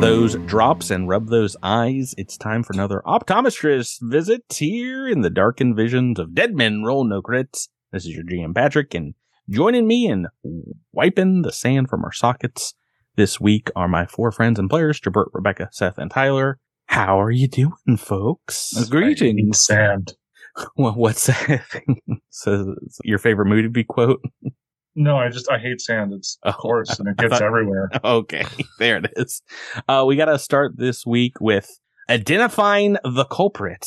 those drops and rub those eyes. It's time for another optometrist visit here in the darkened visions of Dead Men Roll No Crits. This is your GM Patrick, and joining me in wiping the sand from our sockets this week are my four friends and players: Jabert, Rebecca, Seth, and Tyler. How are you doing, folks? Greetings. Sand. Well, what's that thing? So, your favorite movie quote? No, I just I hate sand. It's Oh, coarse and it I gets thought- everywhere. okay, there it is. Uh, we got to start this week with identifying the culprit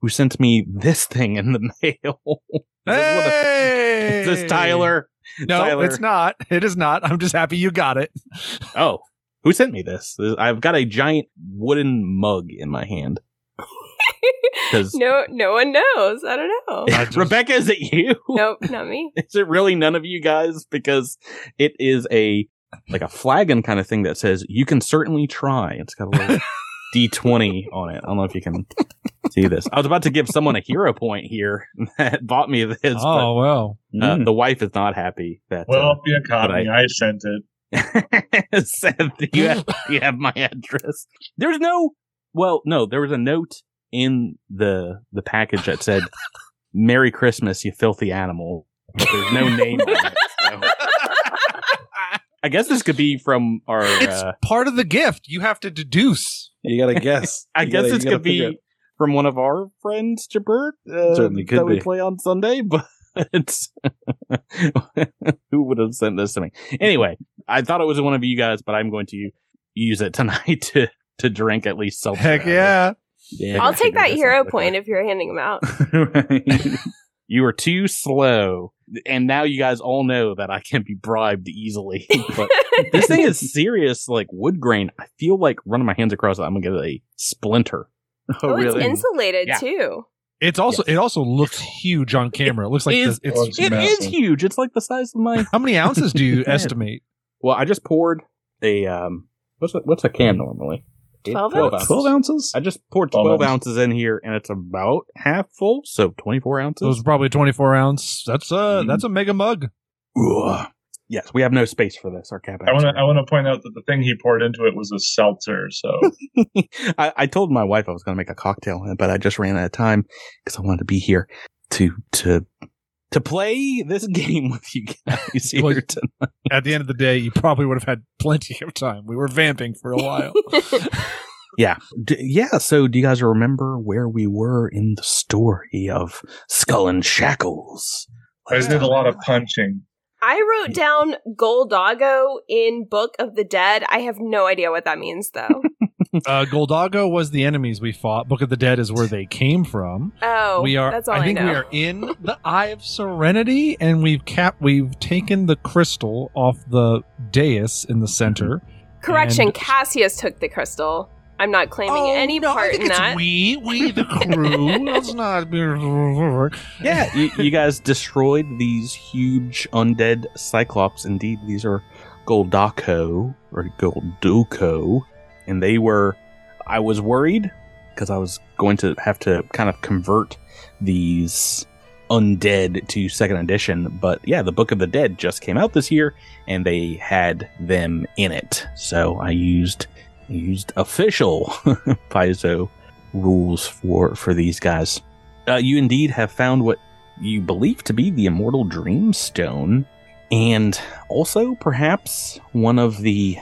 who sent me this thing in the mail. Hey! Is this Tyler? No, Tyler. it's not. It is not. I'm just happy you got it. Oh, who sent me this? I've got a giant wooden mug in my hand. 'Cause- no, no one knows. I don't know. just- Rebecca, is it you? nope, not me. Is it really none of you guys? Because it is a like a flagon kind of thing that says you can certainly try. It's got a little D twenty on it. I don't know if you can see this. I was about to give someone a hero point here that bought me this, oh well. but uh, the wife is not happy that. Well, the economy. I sent it. uh, said that you have, you have my address. There's no. Well, no, there was a note in the the package that said, "Merry Christmas, you filthy animal." But there's no name. on it, so. I guess this could be from our. It's Uh, part of the gift. You have to deduce. You gotta guess. I You guess gotta- it's you gotta gonna be figure it. from one of our friends, Jabert. Uh, Certainly could that we be. play on Sunday, but it's who would have sent this to me? Anyway, I thought it was one of you guys, but I'm going to use it tonight to to drink at least seltzer. Heck yeah. Yeah. I'll take that Figure this hero out with point her. if you're handing them out. Right. you were too slow, and now you guys all know that I can be bribed easily. But this thing is serious, like wood grain. I feel like running my hands across it, I'm gonna get a splinter. oh, it's insulated Yeah. too. It's also it also looks huge on camera. It looks like is- this, it's It's It is massive. huge. It's like the size of my. how many ounces do you Yeah. estimate? Well, I just poured a um. What's a, what's a can normally? 12 ounce? Twelve ounces. I just poured Twelve twelve, ounce. ounces in here, and it's about half full, so twenty four It was ounces. probably twenty four ounce. That's uh Mm. that's a mega mug. Ugh. Yes, we have no space for this. Our cabinet. I want to I want to point out that the thing he poured into it was a seltzer. So I, I told my wife I was going to make a cocktail, but I just ran out of time because I wanted to be here to to to play this game with you guys Well, here tonight. At the end of the day, you probably would have had plenty of time. We were vamping for a while. D- yeah. So, do you guys remember where we were in the story of Skull and Shackles? I just did a lot of punching. I wrote down Goldago in Book of the Dead. I have no idea what that means though. uh, Goldago was the enemies we fought. Book of the Dead is where they came from. Oh, we are. That's all I, I think know. we are in the Eye of Serenity, and we've cap. We've taken the crystal off the dais in the center. Correction: and- Cassius took the crystal. I'm not claiming Oh, Oh, any part in that. we, we the crew. Let's not. Yeah, you, you guys destroyed these huge undead cyclops. Indeed, these are Goldaco or Golduco, and they were. I was worried because I was going to have to kind of convert these undead to second edition, but yeah, the Book of the Dead just came out this year, and they had them in it. So I used I used official Paizo rules for for these guys uh, you indeed have found what you believe to be the immortal dreamstone and also perhaps one of the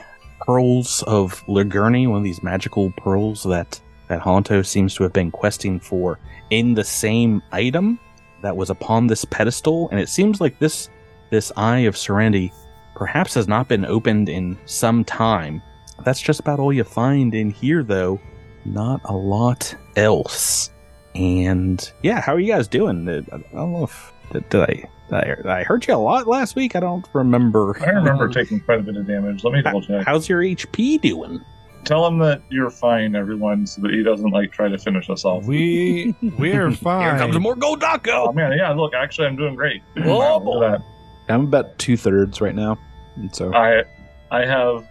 pearls of Ligurni, one of these magical pearls that that Honto seems to have been questing for in the same item that was upon this pedestal and it seems like this this eye of serenity perhaps has not been opened in some time that's just about all you find in here though not a lot else and yeah, how are you guys doing? I don't know if did, did I did I I hurt you a lot last week. I don't remember. I remember taking quite a bit of damage. Let me double check. How's your HP doing? Tell him that you're fine, everyone, so that he doesn't like try to finish us off. we we're Here comes fine. more Oh Goldaco. man, yeah. Look, actually, I'm doing great. Oh, Wow, look at I'm about two thirds right now. And so, that. I I have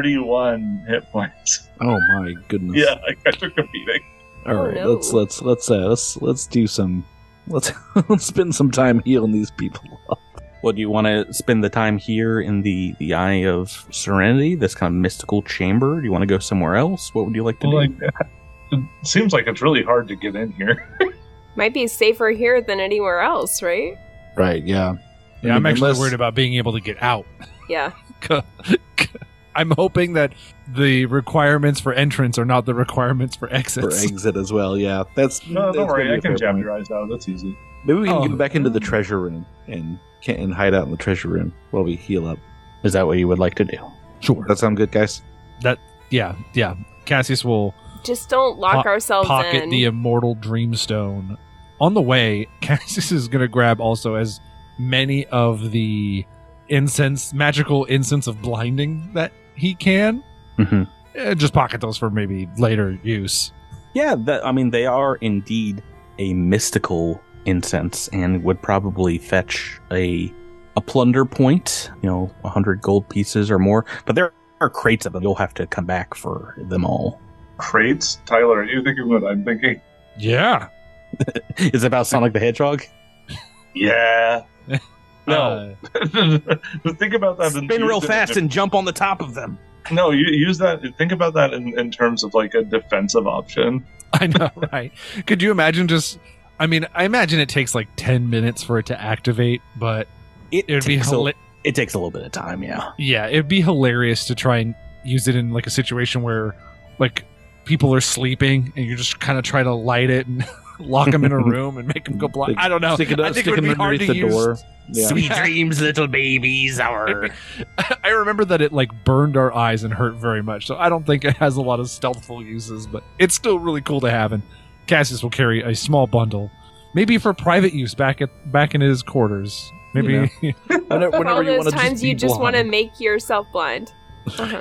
31 hit points. oh my goodness. Yeah, I, I took a beating. All Oh, right. no. Let's let's let's uh, let's let's do some. Let's let's spend some time healing these people. up. Well, do you want to spend the time here in the the Eye of Serenity, this kind of mystical chamber? Do you want to go somewhere else? What would you like to Well, do? like, it seems like it's really hard to get in here. Might be safer here than anywhere else, right? Right, yeah. Yeah, I'm actually Unless- worried about being able to get out. Yeah. I'm hoping that the requirements for entrance are not the requirements for For exits. exit as well, yeah. That's No, that's don't worry. maybe a I can fair jab point. your eyes out. That's easy. Maybe we can Oh. get back into the treasure room and can and hide out in the treasure room while we heal up. Is that what you would like to do? Sure. That sound good, guys? Yeah, yeah. Cassius will Just don't lock Po- ourselves pocket in. the immortal dreamstone. On the way, Cassius is going to grab also as many of the incense, magical incense of blinding that he can. Mm-hmm. Eh, just pocket those for maybe later use. Yeah, that, I mean, they are indeed a mystical incense and would probably fetch a a plunder point, you know, 100 gold pieces or more. But there are crates of them. You'll have to come back for them all. Crates, Tyler. Are you thinking what I'm thinking? Yeah. Is it about Sonic the Hedgehog? Yeah. No. Uh, think about that. and Spin real use it in fast a- and jump on the top of them. No, you use that. Think about that in, in terms of like a defensive option. I know, right? Could you imagine just. I mean, I imagine it takes like 10 minutes for it to activate, but It, it would be takes a- hilarious. it takes a little bit of time, yeah. Yeah, it'd be hilarious to try and use it in like a situation where like people are sleeping and you just kind of try to light it and lock them in a room and make them go blind. I don't know. Stick it, I think it stick would be hard underneath to the use. door. Yeah. Sweet dreams, little babies. Our I remember that it like burned our eyes and hurt very much, so I don't think it has a lot of stealthful uses, but it's still really cool to have. And Cassius will carry a small bundle, maybe for private use back at back in his quarters. Maybe You Whenever, For all whenever you those want to times just you be just want to blind. make yourself blind. Uh-huh.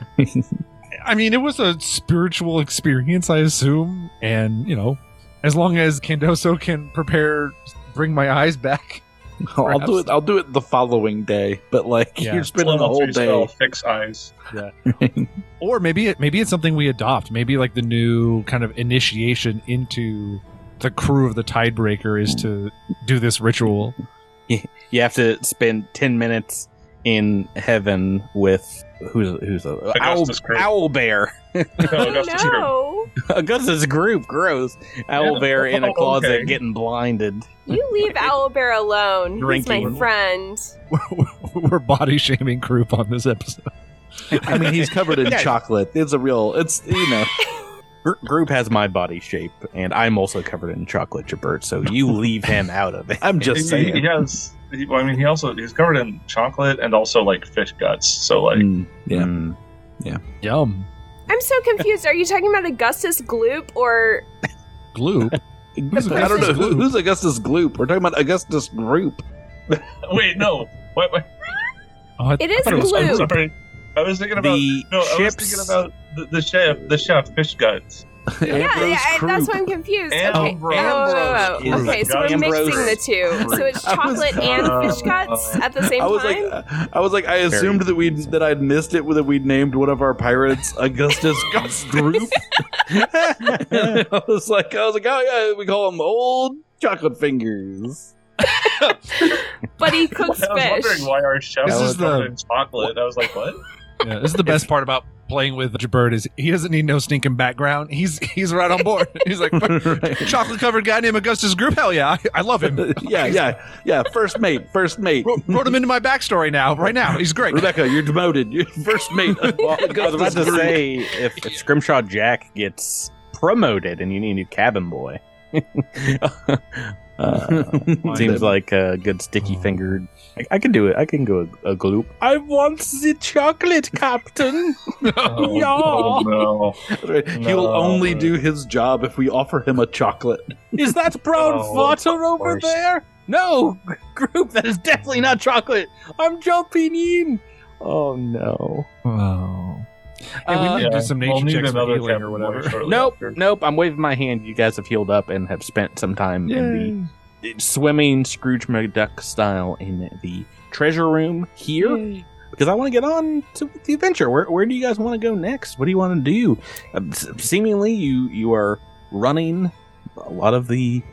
I mean, it was a spiritual experience, I assume, and you know, as long as Candoso can prepare, bring my eyes back. I'll do perhaps. it. I'll do it the following day. But like Yeah. you're spending the Level whole three spell, day. Fix eyes. Or maybe it maybe it's something we adopt. Maybe like the new kind of initiation into the crew of the Tidebreaker is to do this ritual. you have to spend 10 minutes in heaven with who's who's a owl, Augustus Crew. owl bear No, Augustus Crew. Oh, no, augustus group gross owl Yeah. bear in a Oh, closet okay. getting blinded you leave Owlbear alone. He's Drinking. my friend. We're, we're body shaming group on this episode. I mean, he's covered in Yeah. chocolate. It's a real. It's you know. Gr- group has my body shape and i'm also covered in chocolate jabert so you leave him out of it I'm He, just he- he saying. has. He, well, I mean, he also he's covered in chocolate and also like fish guts. So like, Mm, yeah. Mm. Yum. I'm so confused. Are you talking about Augustus Gloop or Gloop. Who's I don't know Augustus who, Gloop? who's Augustus Gloop. We're talking about Augustus Group. wait, no, wait, wait. Oh, I It is thought was- I'm Gloop. sorry. I was thinking about the no. I was thinking chips about the, the chef. The chef fish guts. yeah, yeah, I- that's why I'm confused. okay, Oh, Ambrose. whoa, whoa, whoa, whoa. Ambrose. okay, so we're Ambrose. mixing the two. So it's I was- chocolate and fish guts at the same I was time. like, I was like, I assumed that we that I'd missed it that we'd named one of our pirates Augustus Group. and I was like, I was like, oh yeah, we call him Old Chocolate Fingers. but he cooks I was fish. wondering why our chef This was is the- covered in chocolate. I was like, what? Yeah, this is the best part about playing with Jabird is he doesn't need no stinking background. He's he's right on board. He's like chocolate covered guy named Augustus Group. Hell yeah, I, I love him. yeah, yeah, yeah. First mate, first mate. Wrote, wrote him into my backstory now. Right now, he's great. Rebecca, you're demoted. You're first mate. well, i was about to Augustus Gloop. say if, if scrimshaw jack gets promoted and you need a new cabin boy Uh, seems like a good sticky fingered. I, I can do it. I can go a, a gloop. I want the chocolate, Captain. Oh, Yeah. oh, no. Right. He'll No. only do his job if we offer him a chocolate. Is that brown Oh, water over course. there? No, group. That is definitely not chocolate. I'm jumping in. Oh no. Wow. Uh, we need to do some nature we'll need checks for another healing Captain or Boy whatever. shortly Nope, after. nope. I'm waving my hand. You guys have healed up and have spent some time in the swimming Scrooge McDuck style in the treasure room here because I want to get on to the adventure. Where where do you guys want to go next? What do you want to do? Uh, s- seemingly, you you are running a lot of the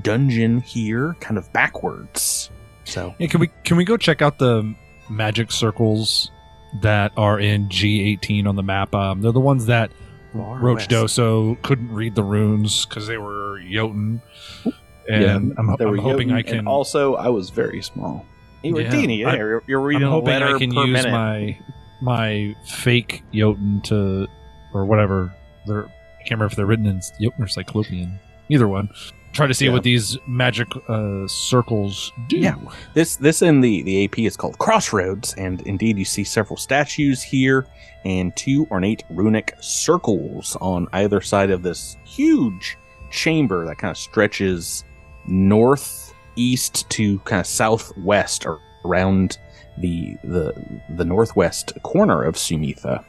dungeon here, kind of backwards. So Yeah, can we can we go check out the magic circles that are in G18 on the map? Um, they're the ones that Far Roach west. Doso couldn't read the runes because they were Jotun. And I'm, There I'm were hoping Jotun, I and can. also, I was very small. you were Yeah. teeny. I- Yeah, you're, you're I'm reading a hoping letter I can per use minute. my my fake Jotun to or whatever. They're, I can't remember if they're written in Jotun or Cyclopean. Either one. Try to see Yeah. what these magic uh, circles do. Yeah. This this in the the AP is called Crossroads, and indeed you see several statues here and two ornate runic circles on either side of this huge chamber that kind of stretches northeast to kind of southwest or around the the the northwest corner of Sumitha.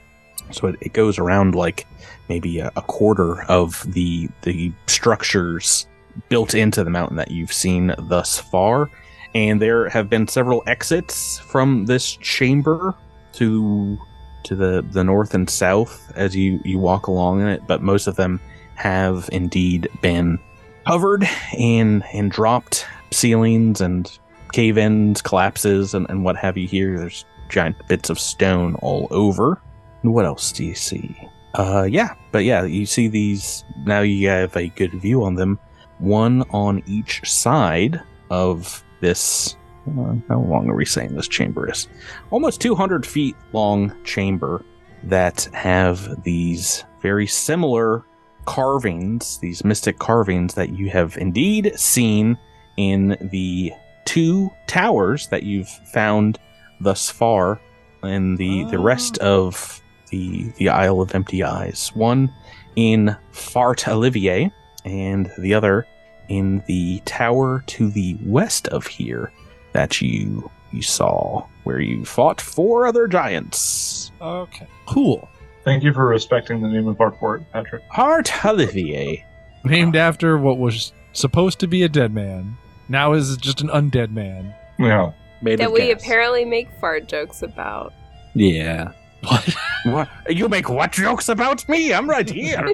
So it, it goes around like maybe a, a quarter of the the structures built into the mountain that you've seen thus far and there have been several exits from this chamber to to the the north and south as you you walk along in it but most of them have indeed been covered and and dropped ceilings and cave ins collapses and, and what have you here there's giant bits of stone all over what else do you see uh yeah but yeah you see these now you have a good view on them one on each side of this. Uh, how long are we saying this chamber is? Almost 200 feet long chamber that have these very similar carvings, these mystic carvings that you have indeed seen in the two towers that you've found thus far in the, the rest of the the Isle of Empty Eyes. One in Fart Olivier, and the other in the tower to the west of here that you you saw where you fought four other giants. Okay. Cool. Thank you for respecting the name of our port, Patrick. Heart Olivier. Named after what was supposed to be a dead man, now is just an undead man. Uh, Yeah. Made that of we gas. apparently make fart jokes about. Yeah. What? What you make what jokes about me? I'm right here.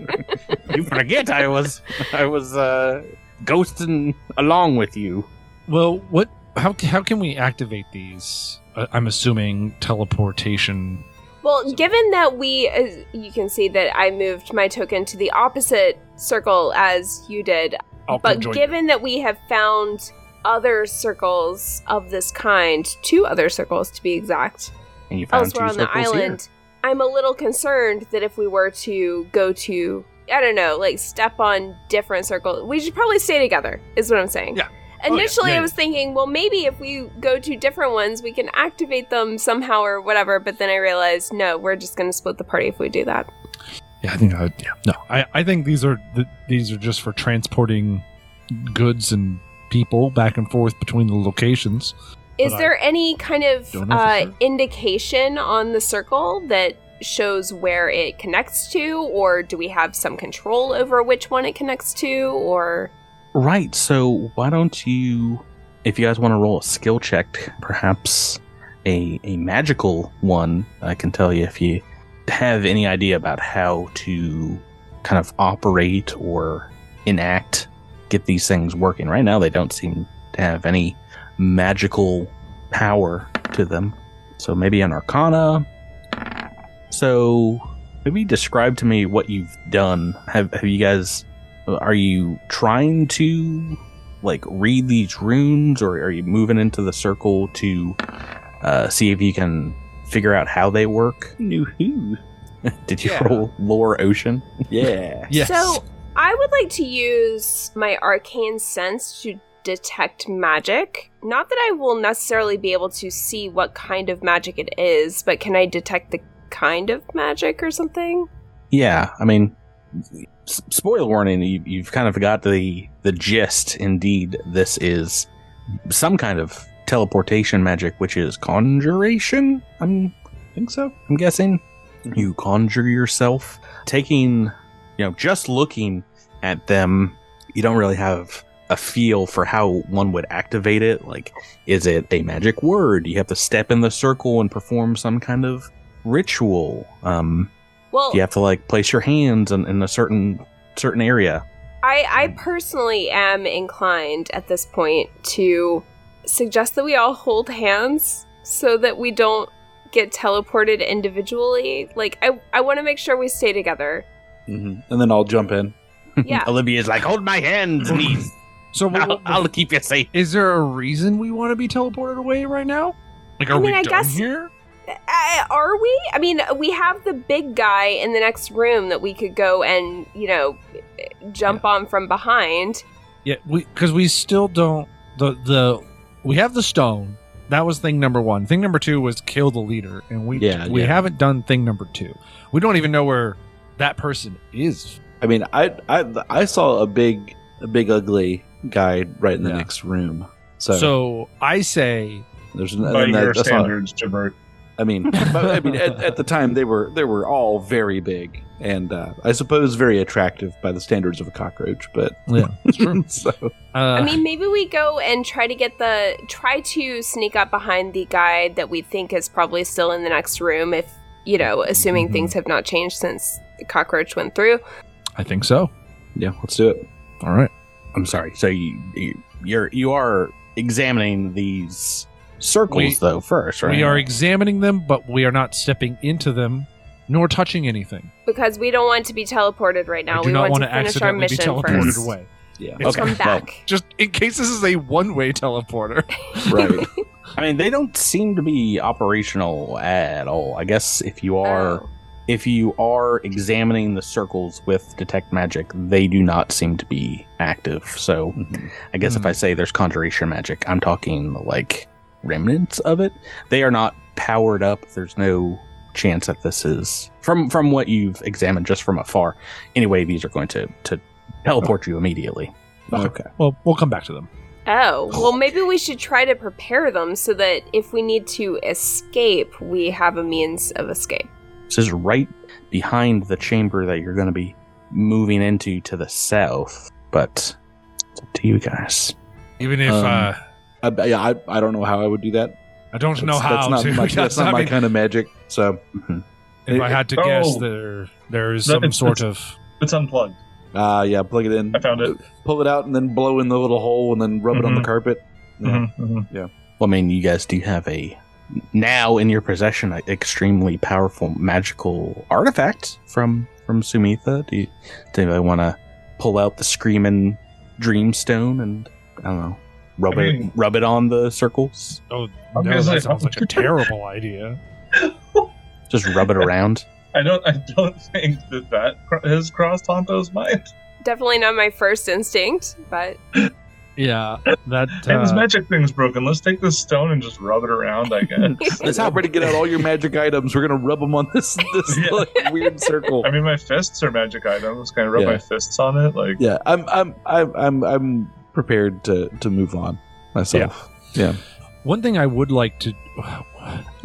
you forget I was I was uh ghosting along with you. Well, what? How how can we activate these? Uh, I'm assuming teleportation. Well, given that we, as you can see, that I moved my token to the opposite circle as you did, I'll but conjoin- given that we have found other circles of this kind, two other circles to be exact, And you found elsewhere two on the circles here. island, I'm a little concerned that if we were to go to, I don't know, like step on different circles, we should probably stay together, is what I'm saying. Yeah. Oh, yeah. Initially, Yeah, I was thinking, well, maybe if we go to different ones, we can activate them somehow or whatever. But then I realized, no, we're just going to split the party if we do that. yeah, I think I would, yeah. No, I, I think these are the, these are just for transporting goods and people back and forth between the locations. Is But I there any kind of don't know for uh, sure. indication on the circle that shows where it connects to, or do we have some control over which one it connects to, or Right. So why don't you, if you guys want to roll a skill check, perhaps a a magical one. I can tell you if you have any idea about how to kind of operate or enact, get these things working. Right now, they don't seem to have any magical power to them. So maybe an arcana. So maybe describe to me what you've done. Have have you guys are you trying to like read these runes or are you moving into the circle to uh, see if you can figure out how they work New who? did you Yeah. roll lore ocean Yeah. Yes. So I would like to use my arcane sense to detect magic. Not that I will necessarily be able to see what kind of magic it is, but can I detect the kind of magic or something? yeah i mean s- spoiler warning you, you've kind of got the the gist indeed this is some kind of teleportation magic which is conjuration i'm think so i'm guessing you conjure yourself taking you know just looking at them you don't really have a feel for how one would activate it like is it a magic word you have to step in the circle and perform some kind of ritual um Well, you have to like place your hands in, in a certain certain area I, I personally am inclined at this point to suggest that we all hold hands so that we don't get teleported individually. Like, I, I want to make sure we stay together. Mhm. And then I'll jump in. Yeah. Olivia's like, hold my hand, niece. So what- I'll, what- I'll keep you safe. is there a reason we want to be teleported away right now? Like, are I mean, we I done guess- here? Uh, are we? I mean, we have the big guy in the next room that we could go and, you know, jump on from behind. Yeah, because we, still don't the the we have the stone. That was thing number one. Thing number two was kill the leader, and we Yeah, we yeah. haven't done thing number two. We don't even know where that person is. I mean, I I I saw a big a big ugly guy right in the Yeah. next room. So, So, I say, there's n- By and that- your that's not- standards, Jibbert. I mean, but, I mean, at, at the time they were they were all very big and uh, I suppose very attractive by the standards of a cockroach. But yeah, it's true. so Uh, I mean, maybe we go and try to get the try to sneak up behind the guy that we think is probably still in the next room. If you know, assuming Mhm. things have not changed since the cockroach went through. I think so. yeah, let's do it. All right. I'm sorry. So you, you you're you are examining these circles We- though first, right? We are examining them, but we are not stepping into them nor touching anything. Because we don't want to be teleported right now. I do we not want want to to finish accidentally our be mission teleported first. away. Yeah, It's- Come well, back. Just in case this is a one-way teleporter. right. I mean, they don't seem to be operational at all. I guess if you are Oh. if you are examining the circles with detect magic, they do not seem to be active. So I guess if Hmm. I say there's conjuration magic, I'm talking like remnants of it. They are not powered up. There's no chance that this is from from what you've examined just from afar. Anyway, these are going to to teleport you immediately. Okay. well, we'll come back to them. Oh, well, maybe we should try to prepare them so that if we need to escape, we have a means of escape. This is right behind the chamber that you're going to be moving into to the south, but it's up to you guys. Even if Um, uh, I, yeah, I, I don't know how I would do that. I don't know That's- how that's not to. my, that's not I my mean, kind of magic. So Eh, Mhm. if I had to guess, Oh. there there is No, some it's- sort it's- of It's unplugged. uh yeah, plug it in. I found it. Pull it out and then blow in the little hole and then rub it on the Mhm. carpet. Yeah. Mhm, mhm. Well, I mean, you guys do have a now in your possession an extremely powerful magical artifact from from Sumitha. Do you do anybody want to pull out the screaming dreamstone and I don't know, rub I it mean- rub it on the circles? oh I'm no, gonna say- that sounds like a terrible idea. Just rub it around. I don't. I don't think that that cr- has crossed Tonto's mind. Uh, Definitely not my first instinct, but Yeah, that Hey, this uh, magic thing's broken. Let's take this stone and just rub it around. I guess. That's how we're gonna get out all your magic items. We're gonna rub them on this this Yeah. like, weird circle. I mean, my fists are magic items. Can I rub Yeah. my fists on it? Like, yeah, I'm I'm I'm I'm, I'm prepared to, to move on myself. one thing I would like to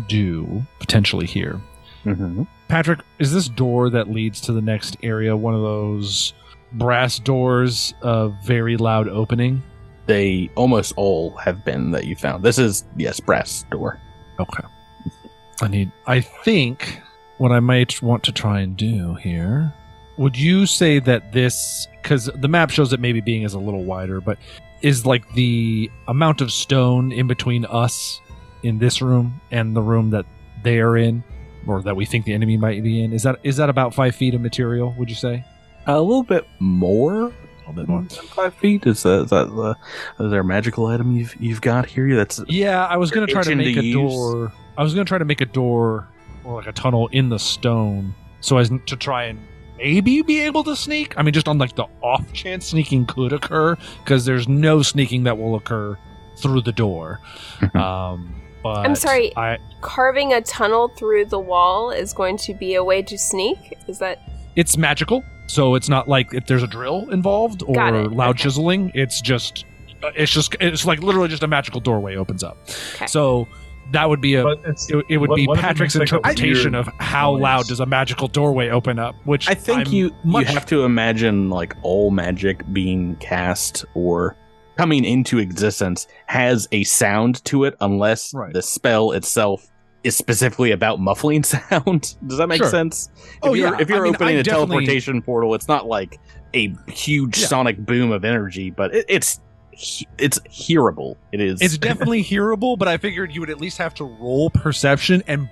do potentially here, Mm-hmm. Patrick, is this door that leads to the next area one of those brass doors of very loud opening? They almost all have been that you found. This is yes, brass door. Okay. I need. I think what I might want to try and do here. Would you say that this, because the map shows it maybe being is a little wider, but is like the amount of stone in between us in this room and the room that they are in, or that we think the enemy might be in? Is that is that about five feet of material? Would you say? A little bit more A little bit than five feet. Is that, is that the is there a magical item you've you've got here? That's Yeah, I was gonna try to Itching to make a use. door. I was gonna try to make a door or like a tunnel in the stone, so as n- to try and maybe be able to sneak. I mean, just on like the off chance sneaking could occur, because there's no sneaking that will occur through the door. um, but I'm sorry. I, carving a tunnel through the wall is going to be a way to sneak. Is that it's magical, so it's not like if there's a drill involved or Got it. loud Okay. chiseling. It's just, uh, it's just, it's like literally just a magical doorway opens up. Okay. So that would be a but it's it, it would What- be what if it Patrick's makes, like, a interpretation weird of how noise? loud does a magical doorway open up, which I think I'm you much- you have to imagine like all magic being cast or coming into existence has a sound to it, unless Right. the spell itself is specifically about muffling sound. Does that make Sure. sense? Oh, if you're, yeah. If you're I mean, opening I a definitely- teleportation portal, it's not like a huge Yeah. sonic boom of energy, but it, it's he- it's hearable. It is. It's definitely hearable, but I figured you would at least have to roll perception and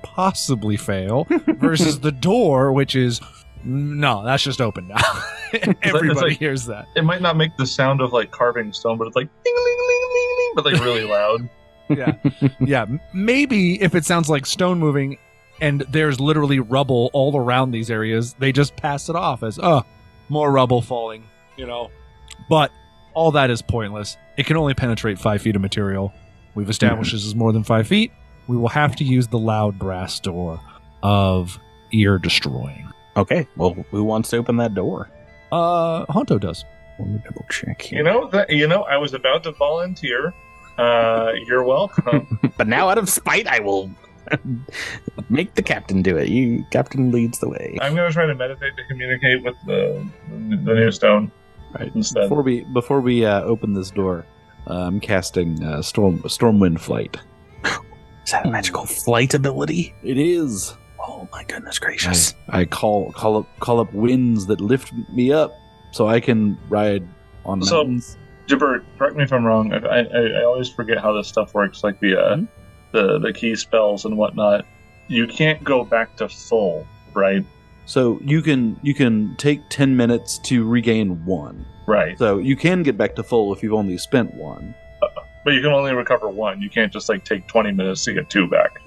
possibly fail versus the door, which is no, that's just open now. Everybody like- hears that. It might not make the sound of like carving stone, but it's like ding, ling, ling, ling, ling, but like really loud. Yeah. yeah. m- Maybe if it sounds like stone moving and there's literally rubble all around these areas, they just pass it off as, oh, more rubble falling, you know. But all that is pointless. It can only penetrate five feet of material. We've established this is more than five feet. We will have to use the loud brass door of ear destroying. okay. Well, who wants to open that door? Uh, Honto does. Let me double check You here. know that. You know, I was about to volunteer. Uh, you're welcome. But now, out of spite, I will make the captain do it. You, captain, leads the way. I'm gonna try to meditate to communicate with the the new stone Right. instead. Before we before we uh, open this door, uh, I'm casting uh, storm stormwind flight. Is that a magical Hmm. flight ability? It is. Oh my goodness gracious! I, I call call up call up winds that lift me up so I can ride on So- mountains. Jibber, correct me if I'm wrong. I, I, I always forget how this stuff works, like the uh, Mhm. the the key spells and whatnot. You can't go back to full, right? So you can you can take ten minutes to regain one. Right. So you can get back to full if you've only spent one. But you can only recover one. You can't just like take 20 minutes to get two back.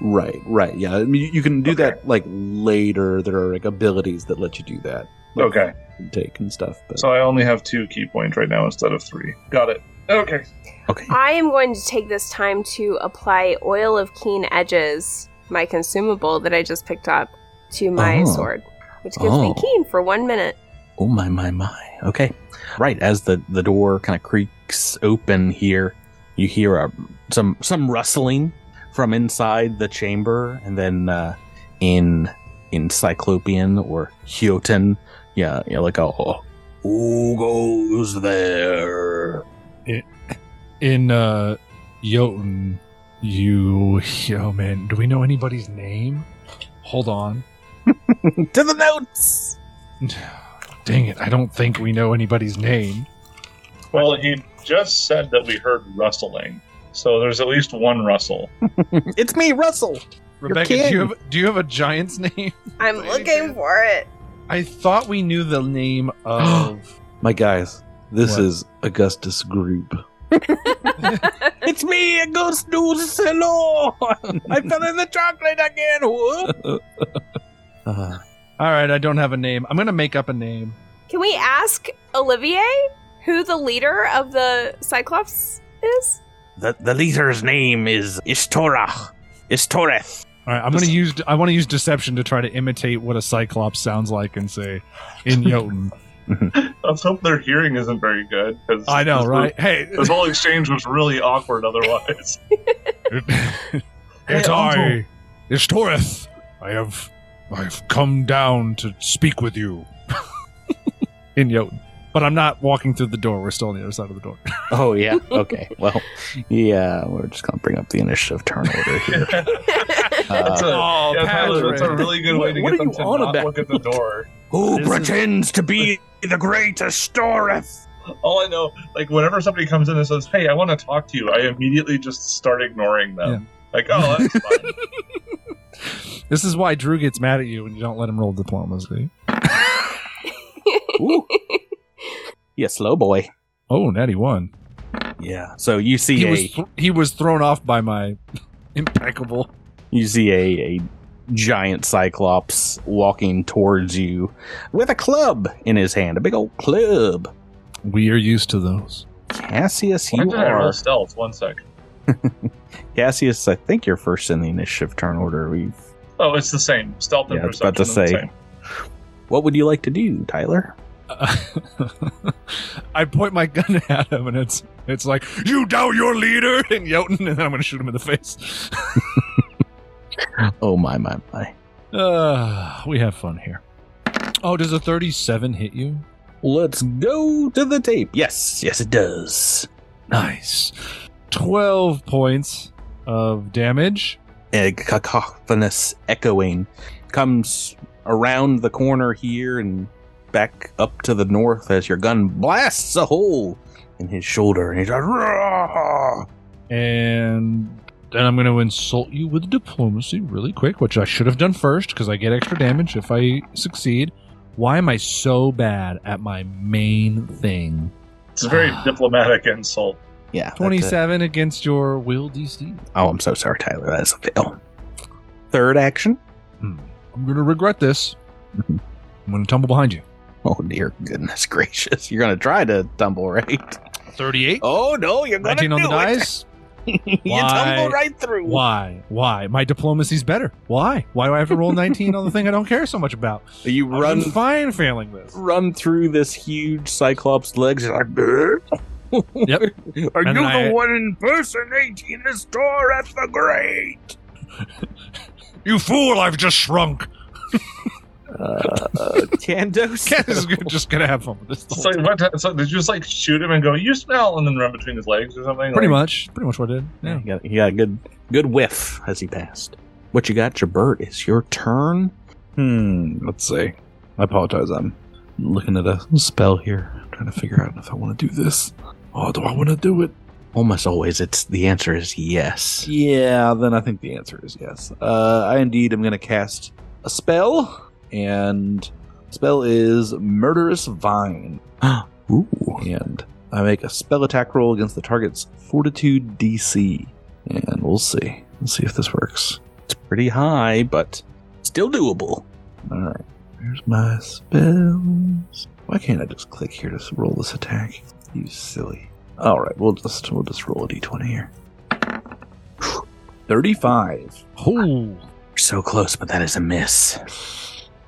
Right, right, yeah. I mean, you- you can do Okay. that like later. There are like abilities that let you do that. Like, Okay. take and stuff. But So I only have two key points right now instead of three. Got it. Okay. Okay. I am going to take this time to apply Oil of Keen Edges, my consumable that I just picked up, to my Oh. sword, which gives me Oh. keen for one minute. Oh my my my. Okay. Right as the the door kind of creaks open here, you hear a, some some rustling from inside the chamber, and then uh, in in Cyclopean or Hyoten, yeah, you're like oh, who goes there? In uh, Jotun, you. Oh, man. Do we know anybody's name? Hold on. to the notes. Dang it, I don't think we know anybody's name. Well, he just said that we heard rustling. So there's at least one rustle. It's me, Russell. Rebecca, do king. you have do you have a giant's name? I'm By any looking chance? for it. I thought we knew the name of my guys, this What? is Augustus Group. It's me, Ghost News. Hello. I fell in the chocolate again. Whoop. Uh-huh. Uh, All right, I don't have a name. I'm going to make up a name. Can we ask Olivier who the leader of the Cyclops is? The, the leader's name is Istorach. Istoreth. All right, I'm going to use I want to use deception to try to imitate what a cyclops sounds like and say in Jotun. Let's hope their hearing isn't very good. 'cause I know, this- right? Hey, This whole exchange was really awkward otherwise. it's Hey, Uncle. I, Istoreth. I have I have come down to speak with you in Jotun. But I'm not walking through the door. We're still on the other side of the door. Oh, yeah. Okay. well, yeah, we're just going to bring up the initiative turn order here. That's Uh, a- Oh, yeah, Tyler, that's a Patrick. really good way to What- what get are them you to on not about? look at the door. Who this is- pretends to be the great Istoreth? All I know, like whenever somebody comes in and says, "Hey, I want to talk to you," I immediately just start ignoring them. Like, oh, that's fine. This is why Drew gets mad at you when you don't let him roll diplomas. See? Ooh. Yeah, slow boy. Oh, Natty won. Yeah. So you see He a was th- he was thrown off by my impeccable. you see a, a giant cyclops walking towards you with a club in his hand, a big old club. We are used to those. Cassius, Why you did I roll are stealth? One sec. Cassius. I think you're first in the initiative turn order. We've Oh, it's the same. Stealth and Yeah, I was perception. about to are the say. same. What would you like to do, Tyler? Uh, I point my gun at him, and it's it's like you doubt your leader in Jotun, and then I'm going to shoot him in the face. Oh my my my! uh, we have fun here. Oh, does a 37 hit you? Let's go to the tape. Yes, yes, it does. Nice. 12 points of damage. A cacophonous echoing comes around the corner here and back up to the north as your gun blasts a hole in his shoulder, and he's like, "Rah!" And then I'm going to insult you with diplomacy really quick, which I should have done first because I get extra damage if I succeed. Why am I so bad at my main thing? It's a Ah. very diplomatic insult. "Yeah, that's it. 27 against your will DC. Oh, I'm so sorry, Tyler. That's a fail. Third action. Hmm. I'm going to regret this. Mhm. I'm going to tumble behind you. Oh dear goodness gracious! You're gonna try to tumble, right? 38. Oh no, you're gonna 19 on the do it. dice. you Why? tumble right through. Why? Why? My diplomacy's better. Why? Why do I have to roll 19 on the thing I don't care so much about? You Run run fine failing this. run through this huge cyclops legs. You're like, "Brr." Yep. Are And you then the I- one impersonating the store at the grate? You fool, I've just shrunk. Candos. Cat is just going to have fun with this. the It's whole like what? T- so did you just like shoot him and go, "You smell," and then run between his legs or something? Pretty Like, much. Pretty much what I did. Yeah, Yeah. he got, he got a good good whiff as he passed. What you got, Jabert? It's your turn. Hmm. Let's see. I apologize. I'm looking at a spell here, trying to figure out if I want to do this. Oh, do I want to do it? Almost always, it's the answer is yes. Yeah. Then I think the answer is yes. Uh, I indeed am going to cast a spell, and spell is Murderous Vine, Ooh, and I make a spell attack roll against the target's Fortitude DC, and we'll see. We'll see if this works. it's pretty high, but still doable. All right. Here's my spells. Why can't I just click here to roll this attack? You silly. All right, we'll just we'll just roll a d20 here. Thirty-five. Oh, You're so close, but that is a miss.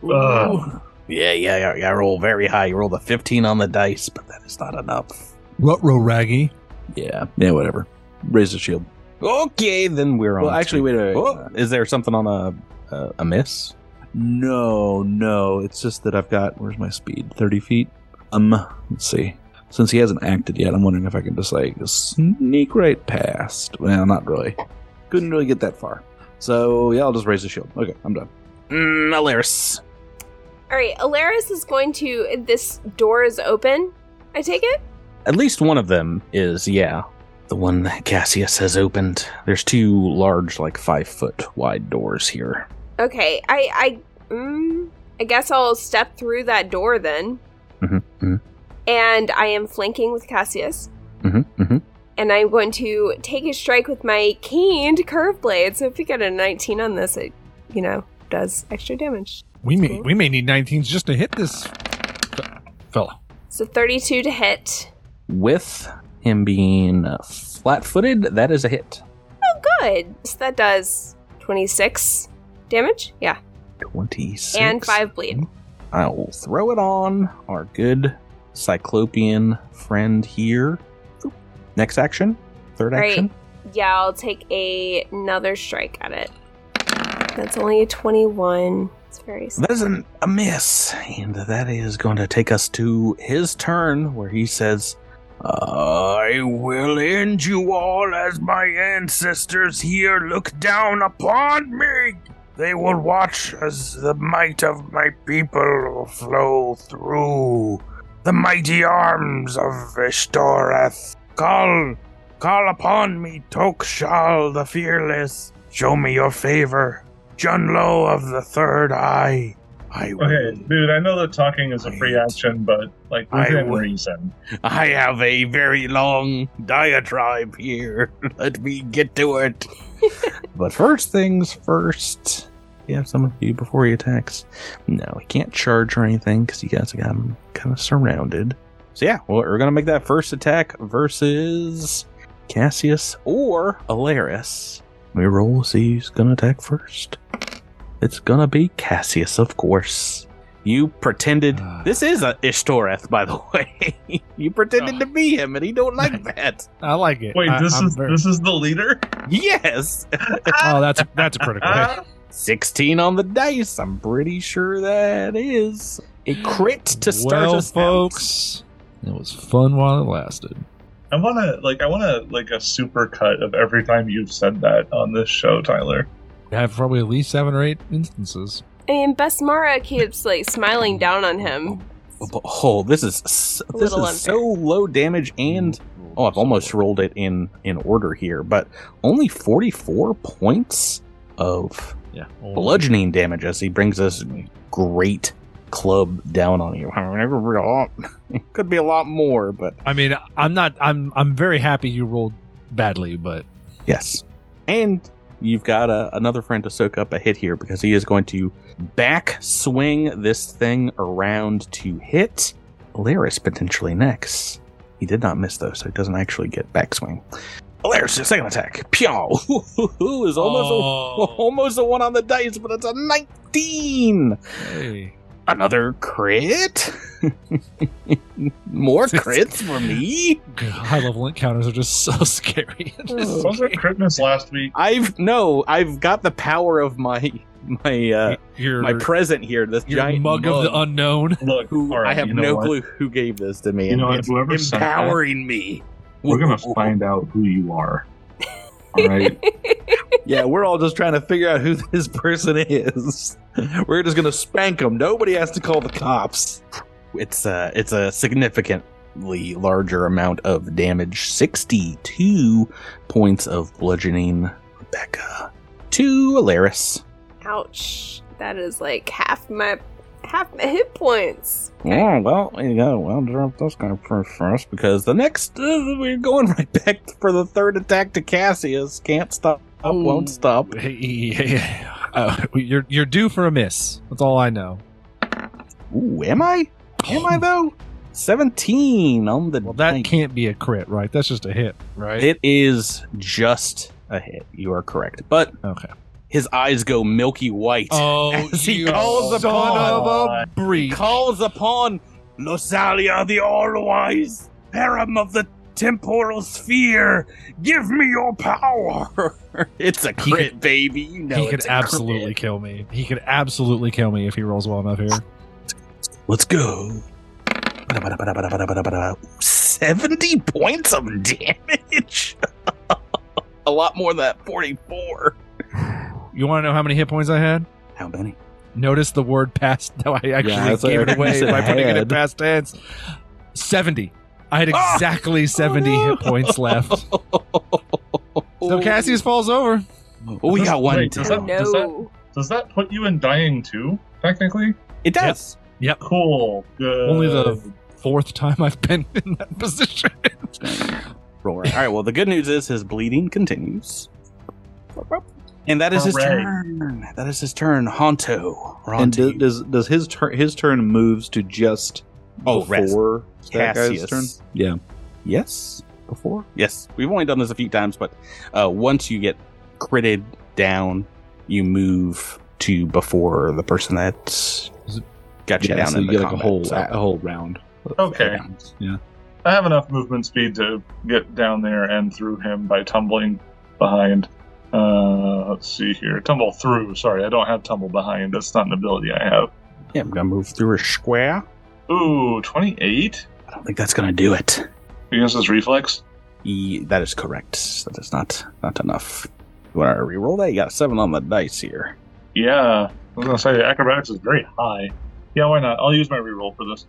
Ugh. Yeah, yeah, yeah. yeah, I roll very high. You rolled a 15 on the dice, but that is not enough. Rutro Raggy. Yeah. Yeah. Whatever. Raise the shield. Okay, then we're on. Well, actually, to- wait. wait, wait. Oh, is there something on a uh, a miss? No, no. It's just that I've got. Where's my speed? Thirty feet. Um. Let's see. Since he hasn't acted yet, I'm wondering if I can just like sneak right past. Well, not really. Couldn't really get that far. So yeah, I'll just raise the shield. Okay, I'm done. Mm, Alaris. All right, Alaris is going to. This door is open. I take it. At least one of them is, yeah. The one that Cassius has opened. There's two large, like five foot wide doors here. Okay, I I mm, I guess I'll step through that door then. Mhm, mhm. And I am flanking with Cassius, Mm-hmm, mm-hmm. and I'm going to take a strike with my caned curve blade. So if you get a 19 on this, it you know does extra damage. We may Cool. we may need 19s just to hit this fe- fella. So 32 to hit. With him being flat footed, that is a hit. Good. So that does 26 damage. Yeah, 26. and five bleed. I'll throw it on our good Cyclopean friend here. Next action. Third Right. action. Yeah, I'll take a- another strike at it. That's only a 21. It's very. That is an, a miss, and that is going to take us to his turn, where he says, "I will end you all as my ancestors here look down upon me. They will watch as the might of my people will flow through the mighty arms of Vishtoreth. Call, call upon me, Tokshal the fearless. Show me your favor." Junlo of the Third Eye. I will. Okay, dude. I know that talking is a free Right. action, but like I within would- reason. I have a very long diatribe here. Let me get to it. but first things first. You have some of you before he attacks. No, he can't charge or anything because you guys got him kind of surrounded. So yeah, well, we're gonna make that first attack versus Cassius or Alaris. We roll to see who's gonna attack first. It's gonna be Cassius, of course. You pretended Ah. this is a Ishtoreth, by the way. you pretended to be him, and he don't like that. I like it. Wait, I- this I'm is very- this is the leader. Yes, Oh, that's a, that's a critical hit. Ah, sixteen on the dice. I'm pretty sure that is a crit to start well, us out. folks, it was fun while it lasted. I wanna like I wanna like a super cut of every time you've said that on this show, Tyler. We have probably at least seven or eight instances. I mean, Besmara keeps like smiling down on him But, oh, this is s- A this is little so low damage, and oh, I've almost rolled it in in order here, but only forty four points of Yeah. bludgeoning damage as he brings this great club down on you. It could be a lot more, but I mean, I'm not. I'm. I'm very happy you rolled badly, but Yes. And you've got a, another friend to soak up a hit here because he is going to back swing this thing around to hit Alaris potentially next. He did not miss though, so he doesn't actually get backswing. Alaris, your second attack. Pyow! is almost Oh. a, almost a one on the dice, but it's a 19! hey, Another crit? More crits for me? high level encounters are just so scary. in this Was there game. Christmas last week? I've no, I've got the power of my my uh your my present here, this your giant mug of the unknown. Look, who all right, I have you know no what? clue who gave this to me. You and know what, it's whoever sent that- empowering me. We're gonna find out who you are. All right. Yeah, we're all just trying to figure out who this person is. We're just gonna spank him. Nobody has to call the cops. It's uh it's a significantly larger amount of damage. Sixty-two points of bludgeoning Rebecca to Alaris. Ouch. That is like half my half my hit points. Yeah, Oh, well, you gotta well drop those kind of proof first because the next uh, we're going right back for the third attack to Cassius. Can't stop, won't stop. Hey, hey, hey. Uh, you're you're due for a miss. That's all I know. Ooh, am I? Am I though? Seventeen on the Well, that dice. can't be a crit, right? That's just a hit, right? It is just a hit. You are correct, but Okay. his eyes go milky white. Oh, As he you calls son upon- of a breach. calls upon Losalia the All-Wise, harem of the temporal sphere. Give me your power. it's a He crit, baby. You know he could it's a absolutely crit. kill me. He could absolutely kill me if he rolls well enough here. Let's go. 70 points of damage. a lot more than that 44. You want to know how many hit points I had? How many? Notice the word past. No, I actually that's gave what it I away said, by putting it in had. past tense. 70. I had Ah! exactly 70 no. hit points left. So Cassius falls over. Oh, we got one. Wait, does down. Oh that- does that- no. Does that put you in dying too? Technically, It does. cool. Good. Only the fourth time I've been in that position. Roar. All right. Well, the good news is his bleeding continues. And that is his Hooray. turn. That is his turn. Honto. We're on And to do, you. does does his turn his turn moves to just Oh, rest. before that guy's Cassius. turn? Yeah. Yes. Before? Yes. We've only done this a few times, but uh, once you get critted down, you move to before the person that got you Yeah, down so in you the get like combat, a whole so- a whole round. Okay. Rounds, Yeah. I have enough movement speed to get down there and through him by tumbling behind. Uh, let's see here. Tumble through. Sorry, I don't have tumble behind. That's not an ability I have. Yeah, I'm gonna move through a square. Ooh, 28 I don't think that's gonna do it. against his reflex. E- that is correct. That is not not enough. You want to re-roll that? You got a seven on the dice here. Yeah. I was going to say, acrobatics is very high. Yeah, why not? I'll use my reroll for this.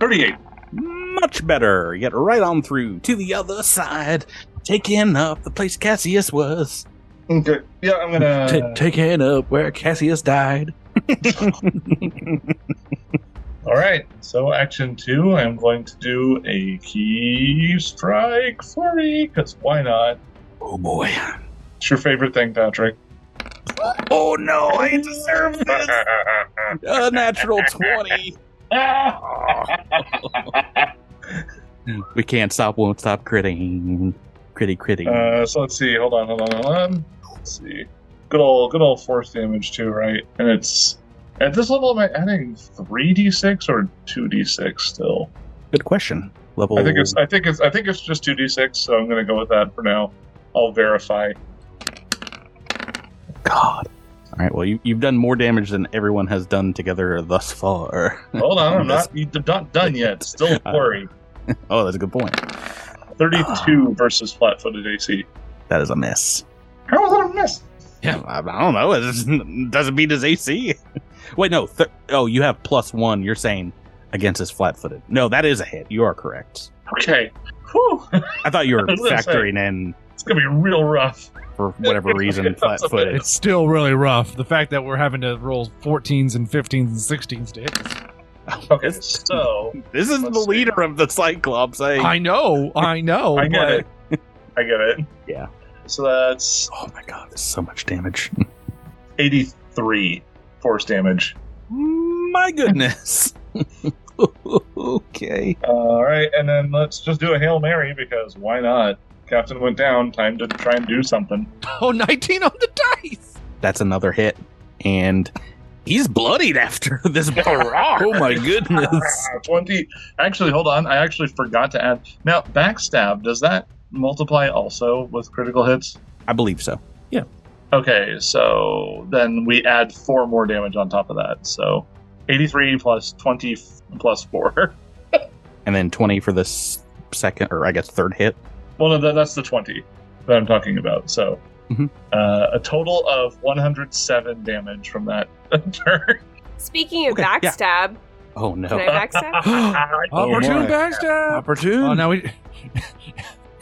38. Much better. You get right on through to the other side, taking up the place Cassius was. Okay. Yeah, I'm going Uh, T- to. taking up where Cassius died. All right. So, action two, I'm going to do a key strike for me, because why not? Oh boy. It's your favorite thing, Patrick. Oh no! I deserve this. A natural twenty. Ah! uh, We can't stop, won't stop critting. Critty, critty. Uh, so let's see. Hold on, hold on, hold on. Let's see. Good old, good old force damage too, right? And it's at this level. Am I adding three d six or two d six still? Good question. Level. I think it's, uh, I think it's, I think it's just two d six. So I'm gonna go with that for now. I'll verify. God. All right. Well, you, you've done more damage than everyone has done together thus far. Hold on, I'm not, I'm not done yet. Still flurry. oh, that's a good point. Thirty-two versus flat-footed AC. That is a miss. How was that a miss? Yeah, I, I don't know. It doesn't- doesn't beat his AC. Wait, no. Th- oh, you have plus one. You're saying against his flat footed. No, that is a hit. You are correct. Okay. Whew. I thought you were I was gonna say- factoring in It's gonna be real rough. for whatever reason flat footed. It's still really rough. The fact that we're having to roll 14s and 15s and 16s to hit. us. Okay, so This is Let's the see. leader of the Cyclops. eh? I know, I know. I get but- it. I get it. Yeah. So that's Oh my god, there's so much damage. 83 force damage. my goodness. okay. All right, and then let's just do a hail mary because why not? Captain went down. Time to try and do something. Oh, 19 on the dice. That's another hit. And he's bloodied after this barrage. Oh my goodness. Ah, Twenty. Actually, hold on. I actually forgot to add. Now, backstab does that multiply also with critical hits? I believe so. Okay, so then we add four more damage on top of that. So, eighty-three plus twenty f- plus four. And then 20 for this second, or I guess third hit. Well, no, that, that's the twenty that I'm talking about. So, Mhm. uh, a total of one hundred seven damage from that turn. Speaking of Okay, yeah. backstab, Oh can I no. backstab? Oh, Opportune my. backstab. Opportune. Oh, now we,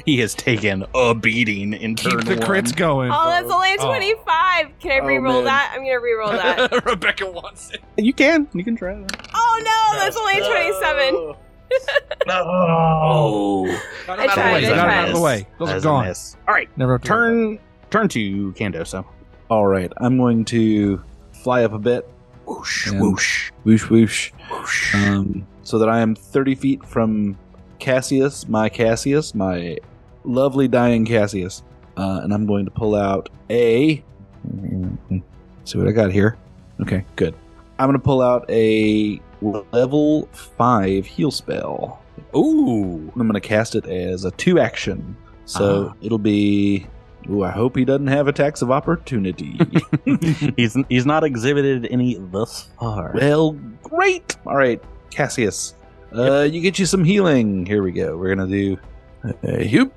He has taken a beating in turn keep the one. crits going. oh, that's only a Oh. 25. Can I Oh, re-roll man. that? I'm going to re-roll that. Rebecca wants it. You can. You can try that. oh no, that's only a 27. No. Oh, Got I it out of the way. Got tried, I it out tried. of the way. Those That are is a gone. miss. All right. Never have to worry Turn turn to Candoso. All right, I'm going to fly up a bit, Whoosh, And- whoosh, whoosh whoosh, whoosh. um, so that I am 30 feet from Cassius, my Cassius, my lovely dying Cassius, uh, and I'm going to pull out a. See what I got here. Okay, good. I'm going to pull out a level five heal spell. Ooh. I'm going to cast it as a two action. So Ah. it'll be. Ooh, I hope he doesn't have attacks of opportunity. he's he's not exhibited any thus far. well, great. All right, Cassius. Uh, You get you some healing. Here we go. We're going to do. Uh, hoop.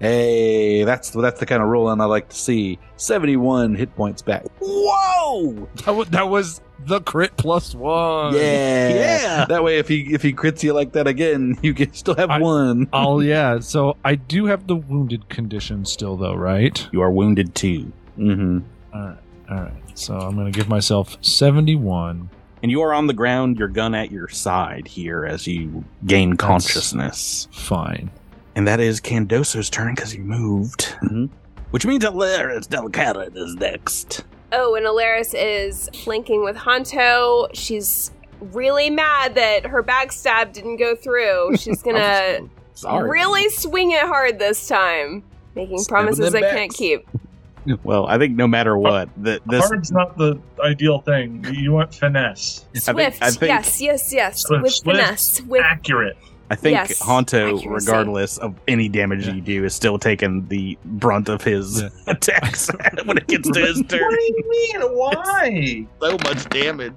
Hey, that's that's the kind of rolling I like to see. 71 hit points back. Whoa! about it. That was, that was the crit plus one. yeah. yeah. That way if he if he crits you like that again, you can still have I- one. Oh, yeah. So I do have the wounded condition still, though, right? You are wounded too. Mm-hmm. All right. So I'm going to give myself 71. And you are on the ground, your gun at your side here as you gain consciousness. Fine. And that is Candoso's turn because he moved. Mhm. Mm-hmm. Which means Alaris Delcata is next. Oh, and Alaris is flanking with Honto. She's really mad that her backstab didn't go through. She's going Oh, to Sorry. really swing it hard this time, making Stabbing promises I them can't backs. keep. Well, I think no matter what, that this. Hard's not the ideal thing. You want finesse, I think- Swift, I think- yes, yes, yes. Swift, with swift, finesse, with accurate. I think Yes, Honto, accuracy. regardless of any damage you do, is still taking the brunt of his Yeah. attacks when it gets to his turn. do you mean? Why? so much damage.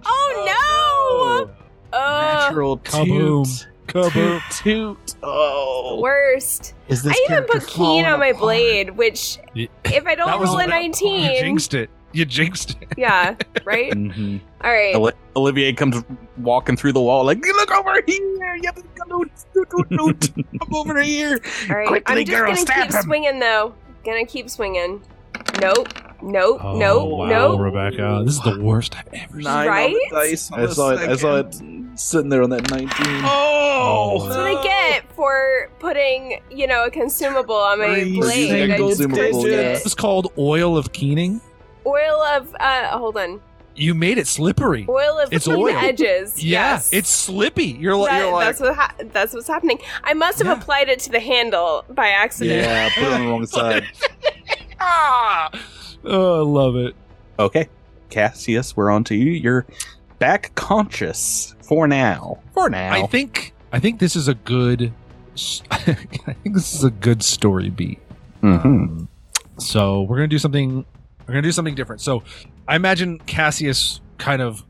Oh, no! Oh, Natural Kaboom. toot, Kaboom. toot, toot. Oh, worst. is I even character put Keen falling on my apart? blade, which Ye- if I don't roll a You 19, jinxed it. You jinxed it. yeah, right? Mm-hmm. All right. Oli- Olivier comes walking through the wall like, look over here. Yep, doot, doot, doot, doot. I'm over here. All right, Quickly, I'm just girl, gonna stab keep him. swinging though. Gonna keep swinging. Nope. Nope. nope. Oh, Oh, wow, Nope. Rebecca. This is the worst I've ever seen. Nine on Right? the dice I saw it. I saw it sitting there on that 19. Oh, That's what I get for putting, you know, a consumable on my Three blade. I single just consumable, cursed yes. it. This is called oil of keening. Oil of uh hold on. You made it slippery. Oil of It's from oil. the edges. Yeah, yes. it's slippy. You're, li- That- you're like, that's what ha- that's what's happening. I must have Yeah. applied it to the handle by accident. Yeah, put it on the wrong side. ah! Oh, I love it. Okay, Cassius, we're on to you. You're back conscious for now. For now. I think I think this is a good. s- I think this is a good story beat. Mhm. Um, so we're gonna do something. We're gonna do something different. So I imagine Cassius kind of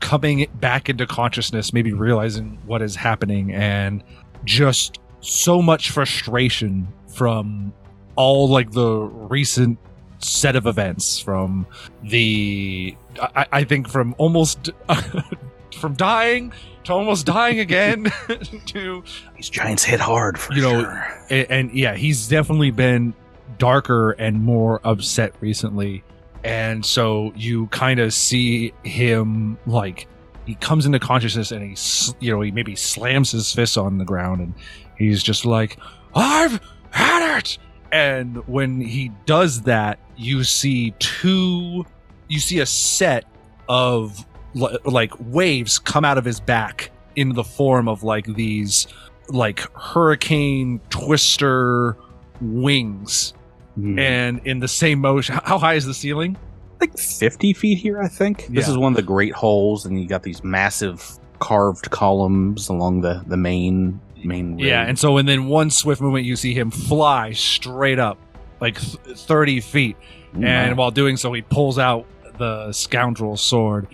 coming back into consciousness, maybe realizing what is happening, and just so much frustration from all like the recent set of events from the I, I think from almost from dying to almost dying again to These giants hit hard for You know, sure. and, and yeah, he's definitely been darker and more upset recently. And so you kind of see him like he comes into consciousness and he, s- you know, he maybe slams his fist on the ground and he's just like, I've had it. And when he does that, you see two, you see a set of li- like waves come out of his back in the form of like these like hurricane twister wings Hmm. and in the same motion how high is the ceiling like 50 feet here, I think. This Yeah. is one of the great halls, and you got these massive carved columns along the, the main main yeah road. and so and then one swift movement you see him fly straight up like th- 30 feet Mm-hmm. Mm. and while doing so he pulls out the scoundrel sword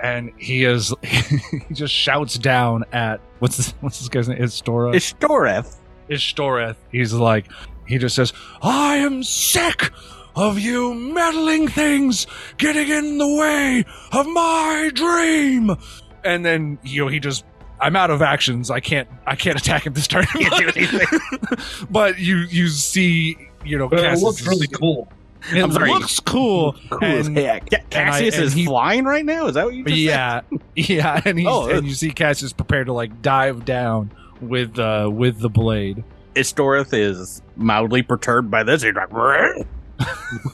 and he is he just shouts down at what's this what's this guy's name Istora? Ishtoreth. Ishtoreth. He's like, he just says, I am sick of you meddling things getting in the way of my dream. And then, you know, he just, I'm out of actions. I can't, I can't attack him this turn. Can't do anything. but you, you see, you know, But it Cassius looks is- really cool. It I'm sorry. looks cool. Cool as And, heck. Yeah, Cassius and is he- flying right now. Is that what you just said? yeah, yeah, and, he's, Oh, and you see Cassius prepared to like dive down with uh with the blade. Istoreth is mildly perturbed by this. He's like, "Brr."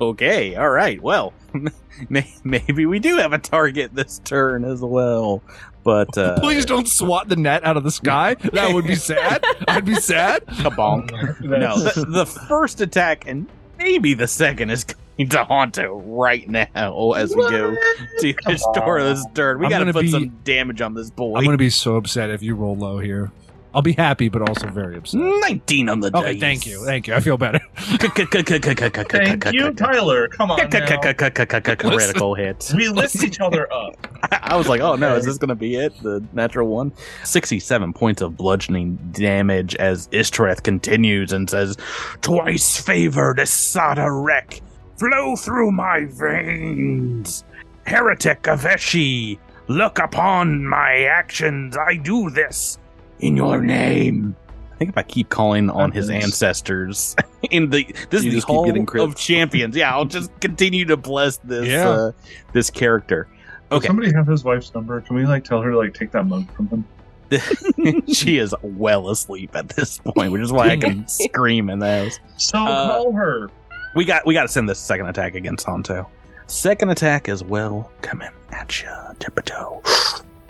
okay, all right. Well, may- maybe we do have a target this turn as well. But uh, Please don't swat the net out of the sky. That would be sad. I'd be sad. kabonk. No, That's- the, the first attack and maybe the second is going to Honto right now as we go to Come Istoreth's turn. We I'm got to gonna put be- some damage on this boy. I'm gonna be so upset if you roll low here. I'll be happy, but also very upset. 19 on the Okay, dice. thank you, thank you. I feel better. Thank you, Tyler. Come on. now. Critical hit. We lift each other up. I was like, oh no, is this going to be it? The natural one? 67 points of bludgeoning damage as Ishtoreth continues and says, Twice favored Asada Wreck, flow through my veins. Heretic of Eshi, look upon my actions. I do this in your name. I think if I keep calling on his Nice. ancestors in the this You is the just keep hall getting crits. of champions, yeah, I'll just continue to bless this Yeah. uh, this character. Does Okay. Somebody have his wife's number. Can we like tell her to like take that mug from him? she is well asleep at this point, which is why I can scream in the house. So Uh, call her. We got we got to send this second attack against Honto. Second attack as well coming at you, Tiptoe.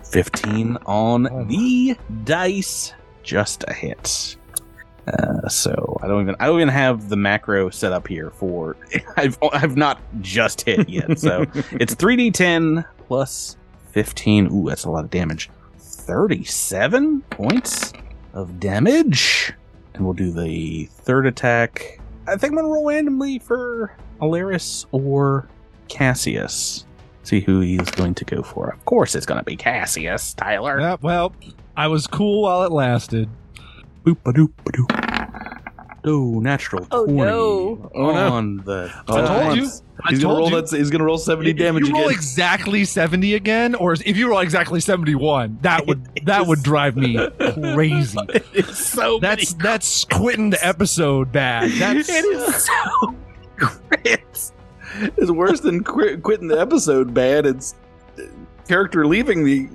Fifteen on Oh my. the dice, just a hit. Uh, so I don't even I don't even have the macro set up here for I've I've not just hit yet. So it's three d ten plus fifteen. Ooh, that's a lot of damage. Thirty seven points of damage, and we'll do the third attack. I think I'm gonna roll randomly for Alaris or Cassius. See who he's going to go for. Of course, it's gonna be Cassius, Tyler. Yeah, well, I was cool while it lasted. Boop a doop a doop. Oh, natural Oh, 20 no. Oh, no. on the. Uh, I told you. dice. I he's gonna told roll you. that. He's gonna roll seventy If damage you again. roll exactly seventy again, or if you roll exactly seventy-one, that would that would drive me crazy. It's so That's that's quitting the episode bad. many. That's It is so crits. it's worse than qui- quitting the episode bad. It's uh, character leaving the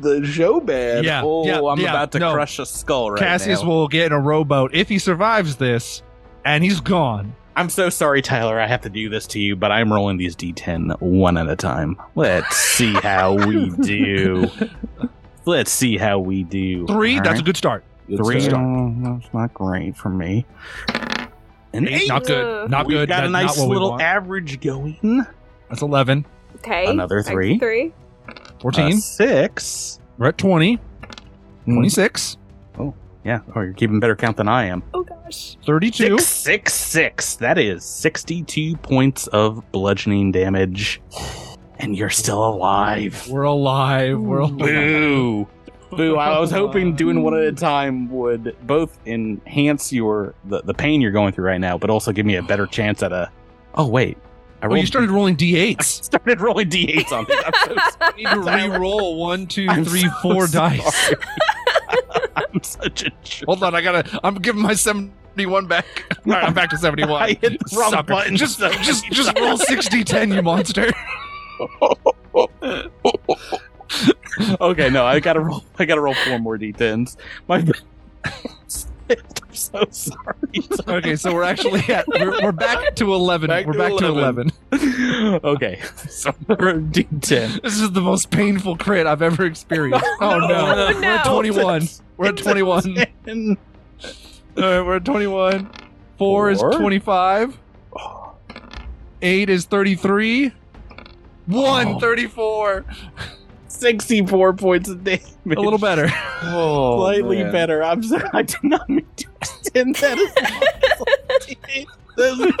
the show bad. Yeah, oh, yeah, I'm yeah, about to no. crush a skull right Cassius now. will get in a rowboat if he survives this, and he's gone. I'm so sorry, Tyler. I have to do this to you, but I'm rolling these d10 one at a time. Let's see how we do. Let's see how we do. Three, All that's a right. good start. Good three. stuff. mm, That's not great for me. An eight. Not Ugh. good. Not we good. got That's a not nice what we little want. average going. That's 11. Okay. Another Like three. Three. Uh, 14. six. We're at 20. Hmm. Mm, 26. Yeah. Oh, you're keeping better count than I am. Oh gosh. 32. Six, six, six. That is 62 points of bludgeoning damage. And you're still alive. We're alive. We're alive. Boo! Boo! I was hoping doing one at a time would both enhance your the, the pain you're going through right now, but also give me a better chance at a. Oh wait, I Oh, you started rolling d8s. started rolling d8s on it. I'm so, You need to re-roll one, two, I'm three, so four dice. sorry. I'm such a jerk. Hold on, I gotta. I'm giving my seventy-one back. All right, I'm back to seventy-one. I hit the wrong Sucker. button. Just, just, just roll 60 10, you monster. okay, no, I gotta roll. I gotta roll four more d10s. My, I'm so sorry. Okay, so we're actually at. We're, we're back to 11. Back we're to back to 11. 11. okay, so d10. This is the most painful crit I've ever experienced. Oh no, no. we're at 21. We're at 21. All And right, we're at 21. Four is Four. 25. Eight is 33. One, Oh. 34. 64 points of damage. A little better. Oh, Slightly man. better. I'm sorry. I did not mean to extend that. As That- what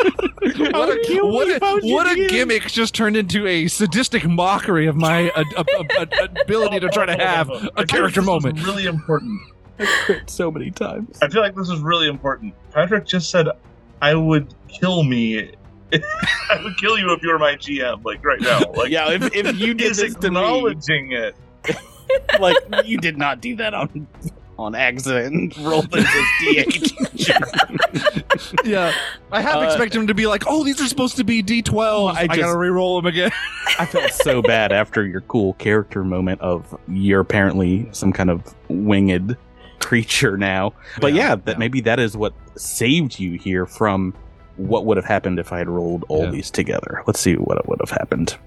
How cute a, what we a- found you what a again. gimmick just turned into a sadistic mockery of my uh, uh, uh, uh, ability to try to have a character moment. Really important. I crit so many times. I feel like this is really important. Patrick just said, "I would kill me. I would kill you if you were my GM, like right now." Like yeah, if, if you did he's this to me, acknowledging it. like you did not do that on on accident. Roll this as d8. Yeah, I half Uh, expect him to be like, "Oh, these are supposed to be D12. I I, just- gotta re-roll them again." I felt so bad after your cool character moment of you're apparently some kind of winged creature now. But yeah, that yeah. maybe that is what saved you here from what would have happened if I had rolled all Yeah. these together. Let's see what would have happened.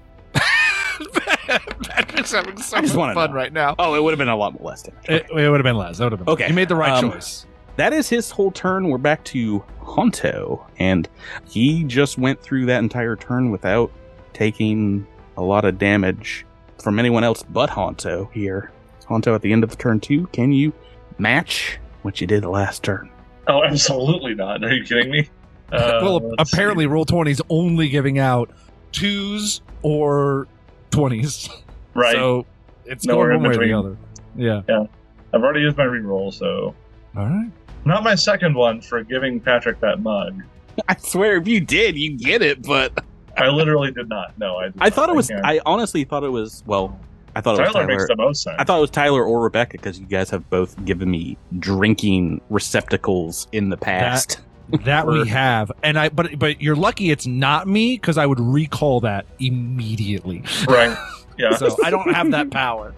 Patrick's having so I much just wanna fun know. right now. Oh, it would have been a lot less damage. It, would have been less. That would have been. Okay, you made the right um, choice. That is his whole turn. We're back to Honto, and he just went through that entire turn without taking a lot of damage from anyone else but Honto here. Honto at the end of the turn two, can you match what you did the last turn? Oh, absolutely not. Are you kidding me? Uh, well, let's see. apparently, roll twenty is only giving out twos or twenties. right? So it's Nowhere going in one way or the between. other. Yeah. I've already used my reroll, so All right. not my second one for giving Patrick that mug. I swear, if you did, you get it. But I literally did not. No, I. Did I thought not. it was. can't. I honestly thought it was. Well, I thought it was Tyler, Tyler. makes the most sense. I thought it was Tyler or Rebecca because you guys have both given me drinking receptacles in the past. That we Or- have, and I. But but you're lucky it's not me because I would recall that immediately. right. Yeah. So I don't have that power.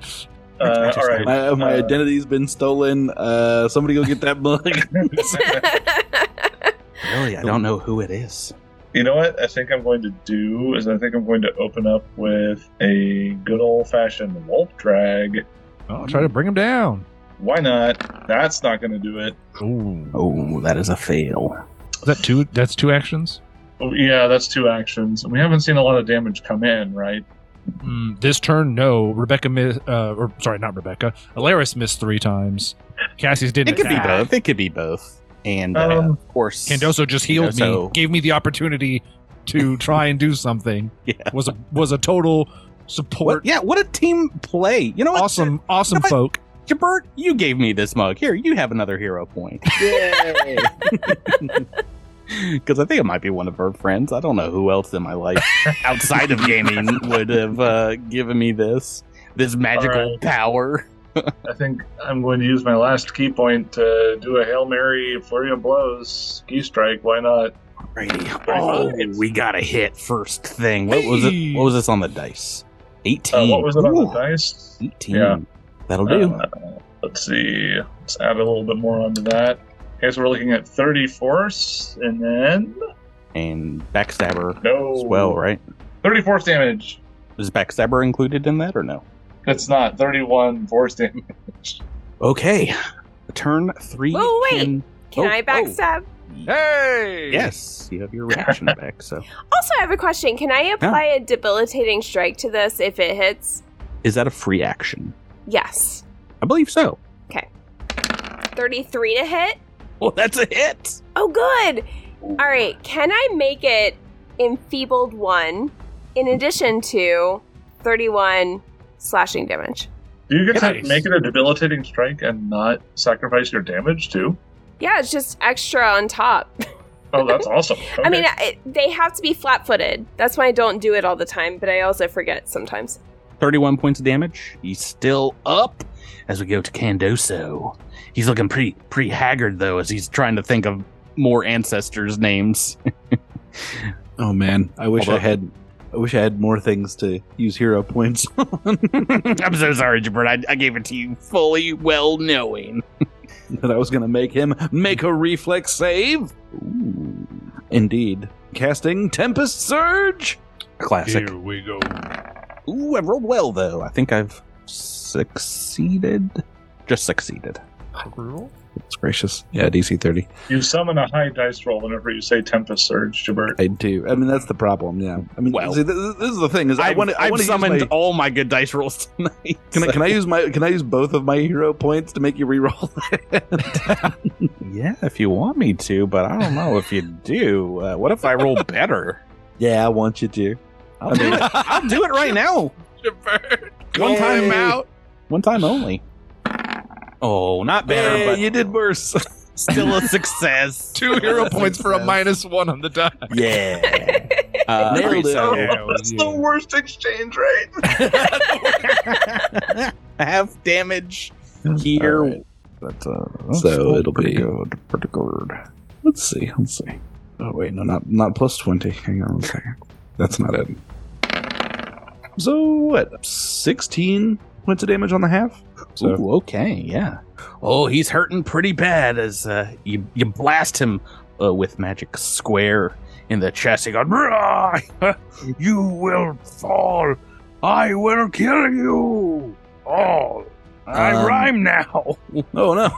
uh, all right. My, my Uh, identity's been stolen. Uh, somebody go get that mug. really, I don't know who it is. You know what I think I'm going to do is I think I'm going to open up with a good old fashioned wolf drag. I'll try to bring him down. Why not? That's not going to do it. Ooh. Oh, that is a fail. Is that two? That's two actions. Oh, yeah, that's two actions. We haven't seen a lot of damage come in, right? Mm, this turn, no. Rebecca missed, uh, or sorry, not Rebecca. Alaris missed three times. Cassie's didn't. It could be attack. both. It could be both. And uh, Um, of course, Candoso just healed me, Candoso. gave me the opportunity to try and do something. Yeah. Was a, was a total support. What, yeah, what a team play. You know what? Awesome, awesome You know folk. Jabert, you gave me this mug. Here, you have another hero point. Yay! Because I think it might be one of her friends. I don't know who else in my life outside of gaming would have uh, given me this this magical Alright. power. I think I'm going to use my last key point to do a Hail Mary flurry of blows, key strike. Why not? Alrighty. Oh, Oh, we got a hit first thing. What was it? Hey. What was this on the dice? Uh, Eighteen. what was it on Ooh, the dice? Eighteen. Yeah. That'll do. Uh, let's see. Let's add a little bit more onto that. Okay, so we're looking at 30 force, and then and backstabber no as well, right? 30 force damage. Is backstabber included in that or no? It's not 31 force damage. Okay. Turn three. Whoa, wait. can- Can Oh, I oh. backstab? Hey. Yes, you have your reaction back. So, Also, I have a question. Can I apply a debilitating strike to this if it hits? is that a free action? Yes. I believe so. 33 to hit? Well, that's a hit. Oh, good. All right. Can I make it enfeebled one in addition to 31 slashing damage? Do you get Nice. to make it a debilitating strike and not sacrifice your damage too? Yeah, it's just extra on top. Oh, that's awesome. I mean, Okay. I, they have to be flat footed. That's why I don't do it all the time, but I also forget sometimes. 31 points of damage. He's still up as we go to Candoso. He's looking pretty pretty haggard though as he's trying to think of more ancestors' names. Oh man, I wish Although- I had. I wish I had more things to use hero points. I'm so sorry, Jabert. I, I gave it to you fully well knowing. that I was going to make him make a reflex save. Ooh. Indeed. Casting Tempest Surge. Classic. Here we go. Ooh, I rolled well though. I think I've succeeded. Just succeeded. It's gracious. Yeah, DC 30. You summon a high dice roll whenever you say Tempest Surge, Jabert. I do. I mean, that's the problem. Yeah. I mean, Well- see, th- th- this is the thing. Is I I've, want to. I I've want to summoned My, all my good dice rolls tonight. can I, can I use my? Can I use both of my hero points to make you reroll? yeah, if you want me to, but I don't know if you do. Uh, what if I roll better? yeah, I want you to. I'll do it. I'll do it right now. One time out. One time only. Oh, not better, Hey, but you did worse. still a success. Two hero That's points for a success. minus one on the die. yeah. Uh, Nailed three, it. so- Yeah, That's yeah. the worst exchange rate. half damage here. All right. But, uh, so it'll be good, pretty good. Let's see. Let's see. Oh wait, no, not not plus twenty. Hang on one second. That's not it. So what? Sixteen points of damage on the half. So Ooh, okay, yeah. Oh, he's hurting pretty bad as uh, you you blast him uh, with magic square in the chest. He goes, "Rah! "You will fall. I will kill you all. I Um, rhyme now." oh no.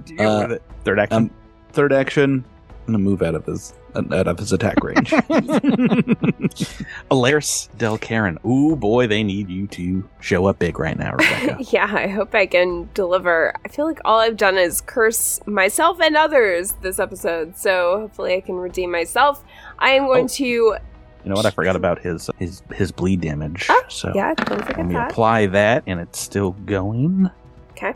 Deal Uh, with it. Third action. um, third action. I'm gonna move out of his out of his attack range. um, Alaris Del Karen. Ooh, boy, they need you to show up big right now, Rebecca. Yeah, I hope I can deliver. I feel like all I've done is curse myself and others this episode, so hopefully I can redeem myself. I am going Oh. to. you know what? I forgot about his his his bleed damage. Oh, so Yeah, don't let forget me that. apply that, and it's still going. Mm-hmm. Okay.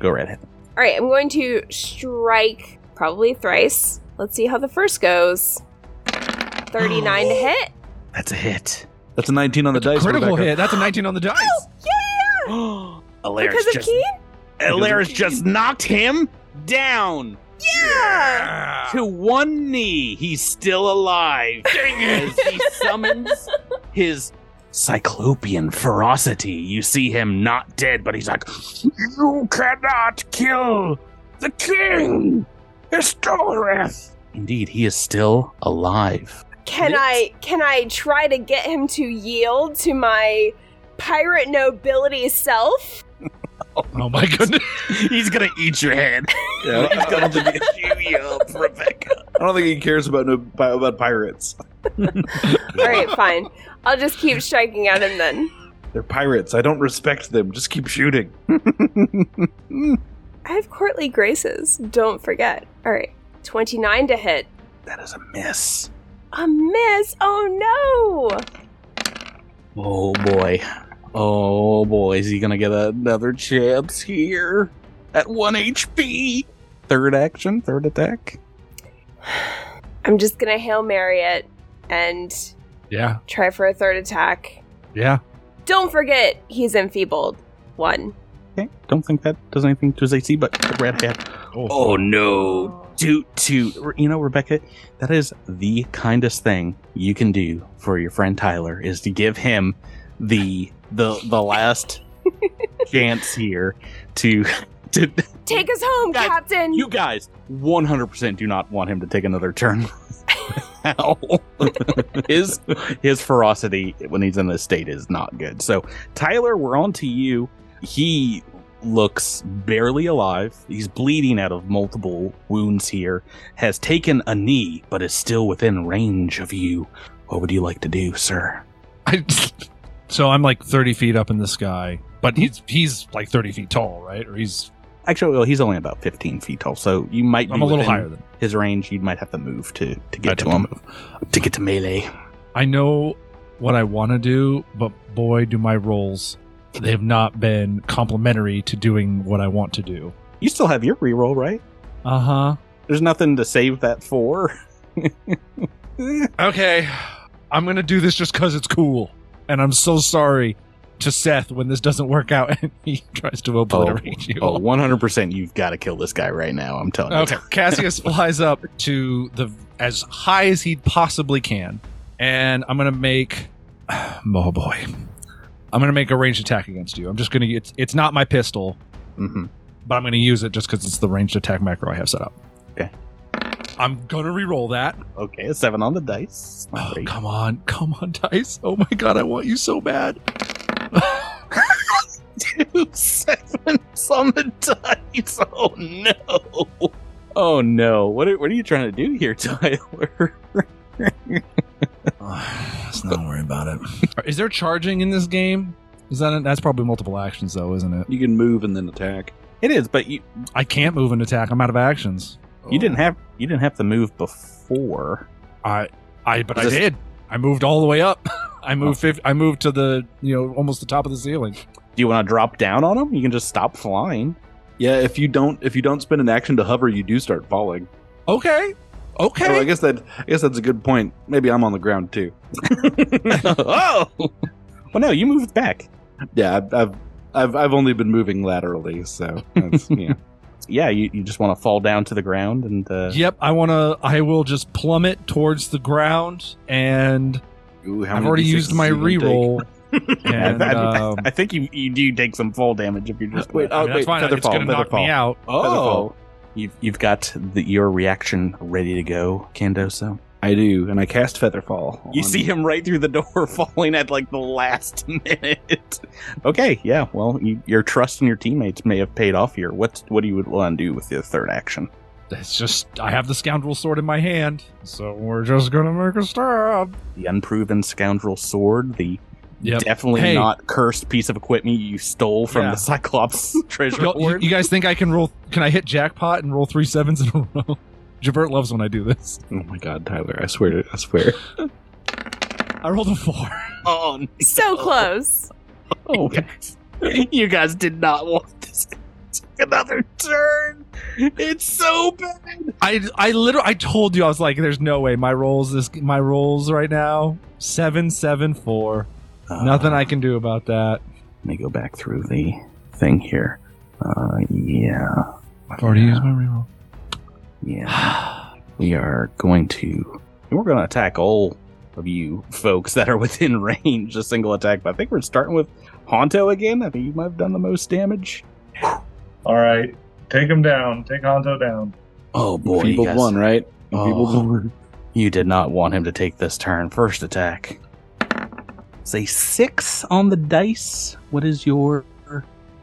Go right ahead. all right, I'm going to strike probably thrice. Let's see how the first goes. 39 to hit. That's a hit. That's a 19 on the dice. Critical Rebecca. hit. That's a 19 on the dice. Alaris Because of just Keen? Alaris just knocked him down Yeah! to one knee. He's still alive as he summons his cyclopean ferocity. You see him not dead, but he's like, "You cannot kill the king, Historiath." Indeed, he is still alive. Can I can I try to get him to yield to my pirate nobility self? Oh my goodness. He's gonna eat your head. Yeah, I, don't think he, chew you up, oh, Rebecca. I don't think he cares about no about pirates. All right, fine. I'll just keep striking at him then. They're pirates. I don't respect them. Just keep shooting. I have courtly graces. Don't forget. All right, twenty-nine to hit. That is a miss. A miss. Oh no! Oh boy. Oh boy, is he gonna get another chance here? At 1 HP! Third action, third attack. I'm just gonna hail Mary it and Yeah. try for a third attack. Yeah. Don't forget he's enfeebled. One. Okay, don't think that does anything to his AC, but the red hat. Oh no! Toot toot. Re- You know, Rebecca, that is the kindest thing you can do for your friend Tyler is to give him the the the last chance here to to Take us home, Guys, Captain. You guys 100% do not want him to take another turn. Ow. his his ferocity when he's in this state is not good. So Tyler, we're on to you. He looks barely alive. He's bleeding out of multiple wounds here. Has taken a knee, but is still within range of you. What would you like to do, sir? I, so I'm like 30 feet up in the sky, but he's he's like 30 feet tall, right? Or he's Actually, well, he's only about 15 feet tall, so you might be I'm a little within higher than. his range. You might have to move to to get I'd to have him to get to melee. I know what I want to do, but boy, do my rolls they have not been complimentary to doing what I want to do. You still have your reroll, right? Uh huh. There's nothing to save that for. Okay, I'm gonna do this just because it's cool, and I'm so sorry to Seth when this doesn't work out and he tries to obliterate you. Oh, 100%. You've got to kill this guy right now. I'm telling you. Okay, Cassius flies up to the as high as he possibly can, and I'm gonna make. Oh boy, I'm gonna make a ranged attack against you. I'm just gonna. It's it's not my pistol, Mhm. but I'm gonna use it just because it's the ranged attack macro I have set up. Okay. I'm gonna re-roll that. Okay, a seven on the dice. Oh, Great. come on, come on, dice. Oh my god, I want you so bad. two sevens on the dice. Oh no! Oh no! What are, what are you trying to do here, Tyler? Let's not worry about it. Is there charging in this game? Is that that's probably multiple actions though, isn't it? You can move and then attack. It is, but you I can't move an attack. I'm out of actions. you Oh. didn't have you didn't have to move before. I I but Is I this- did. I moved all the way up. I moved fif- I moved to the, you know, almost the top of the ceiling. Do you want to drop down on him? You can just stop flying. Yeah, if you don't if you don't spend an action to hover, you do start falling. Okay. Okay. Oh, I guess that I guess that's a good point. Maybe I'm on the ground too. oh! Well, no, you moved back. Yeah, I've I've I've, I've only been moving laterally, so that's, yeah. Yeah, you, you just want to fall down to the ground and uh, Yep, I want to I will just plummet towards the ground and Ooh, how I've many already D6s used my is it gonna take? reroll. and I, I- um, I think you, you do take some fall damage if you just Wait, I oh mean, that's wait, fine. feather It's fall, going to feather knock me fall. out. oh. You've, you've got the, your reaction ready to go, Candoso. I do, and I cast Featherfall. You on- see him right through the door, falling at like the last minute. Okay, yeah. Well, you, your trust in your teammates may have paid off here. What what do you would want to do with your third action? It's just I have the scoundrel sword in my hand, so we're just gonna make a stab. The unproven scoundrel sword, the Yep. definitely Hey. not cursed piece of equipment you stole from Yeah. the Cyclops treasure Y'all- You, hoard. you guys think I can roll? Can I hit jackpot and roll three sevens in a row? Jabert loves when I do this. Oh my god, Tyler! I swear to I swear. I rolled a four. oh, no. So close. You guys- Oh, you guys did not want this. to take Another turn. It's so bad. I I literally I told you I was like, there's no way my rolls this my rolls right now seven seven four. Uh, Nothing I can do about that. Let me go back through the thing here. Uh, yeah. I've already used my reroll. Yeah. We are going to. We're going to attack all of you folks that are within range, a single attack. But I think we're starting with Honto again. I think you might have done the most damage. All right, take him down. Take Honto down. Oh, boy. Feeble you, guys- one, right? Oh. Feeble one. you did not want him to take this turn. First attack. Say six on the dice. What is your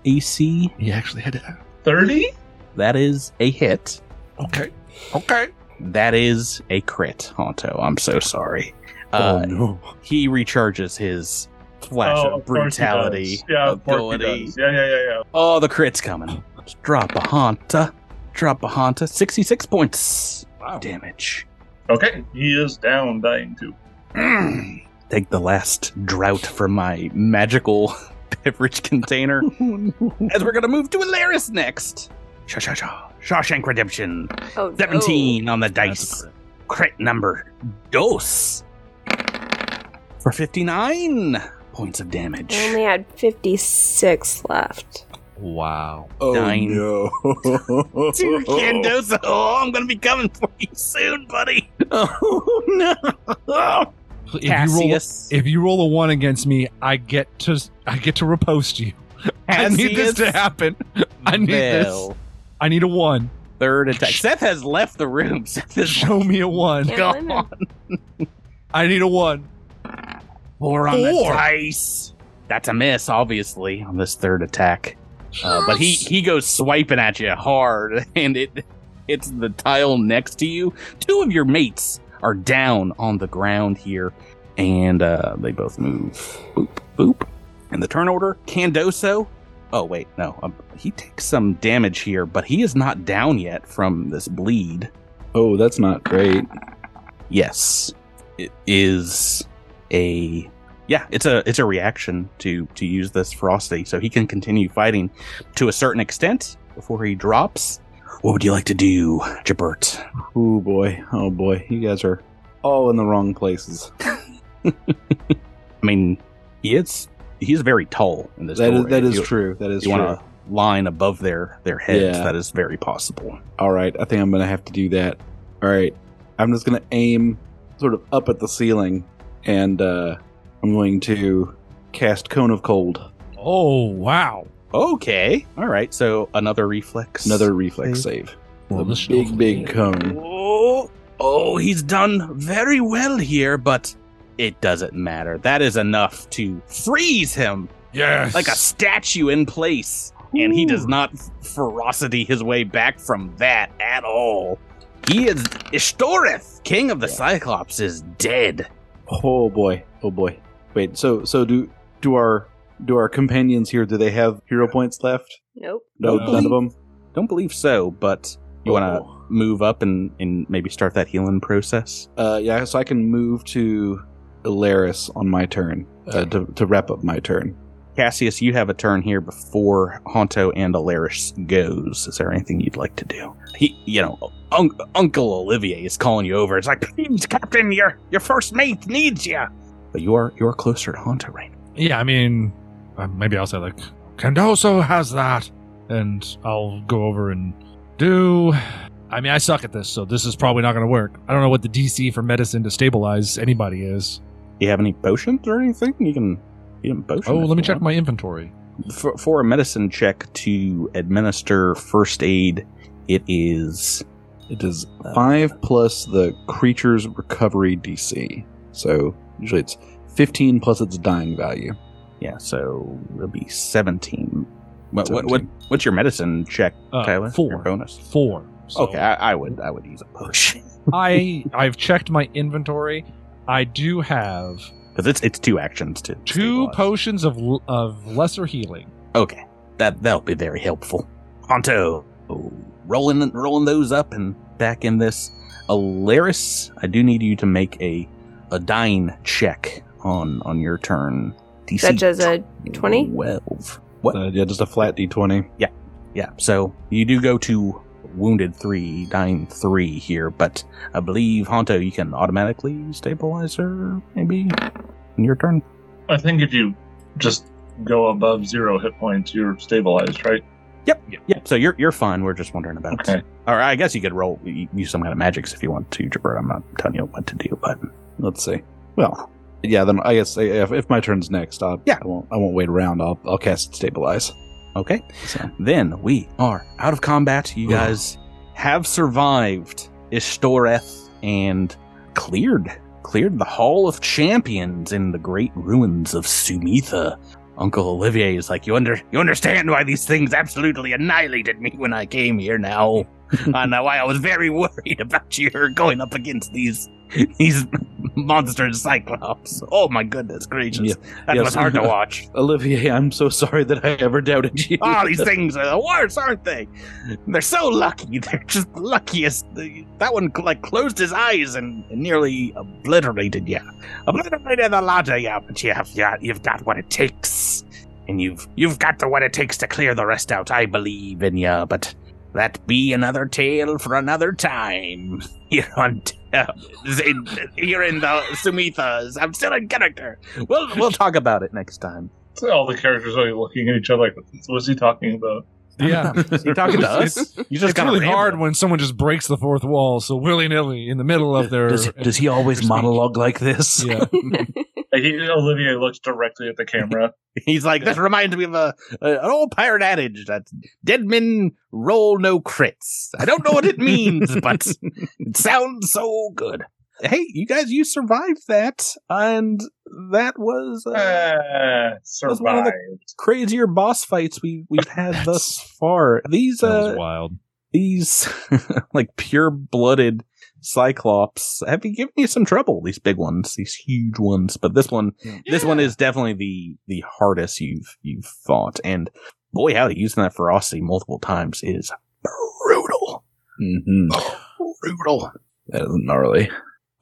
AC? He actually hit it. Thirty. That is a hit. Okay. Okay. That is a crit, Honto. I'm so sorry. Uh, oh no! he recharges his flash Oh, of of course he brutality does. Yeah, of course he ability. does. Yeah, yeah, yeah, yeah. Oh, the crit's coming. Drop a Hanta. Drop a Hanta. 66 points Wow. damage. Okay, he is down, dying too. Mm. Take the last drought from my magical beverage container. As we're going to move to Alaris next. Sha sha sha. Shawshank Redemption. Oh, no. 17 on the That's dice. Crit number. Dose. For 59 points of damage. I only had 56 left. Wow. Oh Nine. no! Dear Candozo, oh, I'm gonna be coming for you soon, buddy. Oh no, If you roll Cassius, if you roll a one against me, I get to I get to repost you. I need this to Cassius happen. I need Bell. this. I need a one. Third attack. Seth has left the room. Seth is Show me a one. Can't Go blame him. on. I need a one. four on the Four. dice. That's a miss, obviously, on this third attack. Uh, but he he goes swiping at you hard, and it it's the tile next to you. Two of your mates are down on the ground here, and uh, they both move. Boop boop. And the turn order, Candoso. Oh wait, no, um, he takes some damage here, but he is not down yet from this bleed. Oh, that's not great. Yes, it is a yeah. It's a it's a reaction to to use this frosty, so he can continue fighting to a certain extent before he drops. What would you like to do, Jabert? Oh boy. Oh boy. You guys are all in the wrong places. I mean, it's he's very tall in this. That is story. that If is you, true. That is you true. want to line above their their heads? Yeah. That is very possible. All right, I think I'm gonna have to do that. All right, I'm just gonna aim sort of up at the ceiling, and uh, I'm going to cast Cone of Cold. Oh wow! Okay. All right. So another reflex. Another reflex save. Well, A this big, big cone. Oh, oh, he's done very well here, but it doesn't matter. That is enough to freeze him Yes. like a statue in place. And he does not ferocity his way back from that at all. He is Ishtoreth, king of the Yeah. Cyclops, is dead. Oh boy. Oh boy. Wait. So so do do our do our companions here? Do they have hero points left? Nope. No, No. none of them. Don't believe so, but you want Oh. oh. to move up and, and maybe start that healing process? Uh, yeah. So I can move to Ilaris on my turn uh, to to wrap up my turn. Cassius, you have a turn here before Honto and Alaris goes. Is there anything you'd like to do? He, you know, un- Uncle Olivier is calling you over. It's like, please, Captain, your your first mate needs you. But you are you are closer to Honto right now. Yeah, I mean, uh, maybe I'll say like Candoso has that, and I'll go over and do. I mean, I suck at this, so this is probably not going to work. I don't know what the DC for medicine to stabilize anybody is. Do you have any potions or anything? You can you can potion. Oh, if let me you check want. my inventory. for, for a medicine check to administer first aid. It is It is five plus the creature's recovery DC. So usually it's fifteen plus its dying value. yeah, so it'll be seventeen. What, what what 17. what's your medicine check, Uh, Tyler? Your four, bonus. four. So okay, I, I would I would use a potion I I've checked my inventory. I do have because it's it's two actions to two stabilize. potions of l- of lesser healing. Okay, that that'll be very helpful. Honto, rolling rolling those up and back in this Alaris. I do need you to make a a dying check on on your turn. DC That does a 20? Twelve. What? Uh, yeah, just a flat D twenty. Yeah, so you do go to wounded three, dying three here, but I believe Honto, you can automatically stabilize her maybe in your turn. I think if you just go above zero hit points, you're stabilized, right? Yeah, so you're you're fine. We're just wondering about. Okay. Or I guess you could roll y- use some kind of magics if you want to, Jabber. I'm not telling you what to do, but Let's see. Well, yeah. Then I guess uh, if, if my turn's next, I'll, Yeah. I won't. I won't wait around. I'll I'll cast stabilize. okay. So. Then we are out of combat. You Ooh. guys have survived Ishtoreth and cleared cleared the Hall of Champions in the great ruins of Sumitha. Uncle Olivier is like, you under you understand why these things absolutely annihilated me when I came here now. I know why I was very worried about you going up against these these monsters cyclops. Oh my goodness gracious. That yes. was hard to watch. Olivier, I'm so sorry that I ever doubted you. All these things are the worst, aren't they? They're so lucky. They're just the luckiest. That one like closed his eyes and, and nearly obliterated you. Obliterated the lot of you, but you have you, you've got what it takes, and you've you've got the what it takes to clear the rest out. I believe in you, but that be another tale for another time. You're on. Uh, in, you're in the Sumithas. I'm still in character. We'll we'll talk about it next time. So all the characters are looking at each other like, what's he talking about? Yeah, You talking to us? You just it's gotta really ramble. hard when someone just breaks the fourth wall so willy nilly in the middle of their. Does, does he always speech. monologue like this? Yeah. Like, he, Olivier looks directly at the camera. He's like, this reminds me of a, a an old pirate adage that dead men roll no crits. I don't know what it means, but it sounds so good. Hey, you guys, you survived that, and that was uh, ah, was one of survive. the- crazier boss fights we we've had thus far. These That was uh, wild. these like pure blooded cyclops have been giving you some trouble. These big ones, these huge ones, but this one this one is definitely the the hardest you've you've fought and boy howdy using that ferocity multiple times is brutal Mm-hmm. brutal That is gnarly.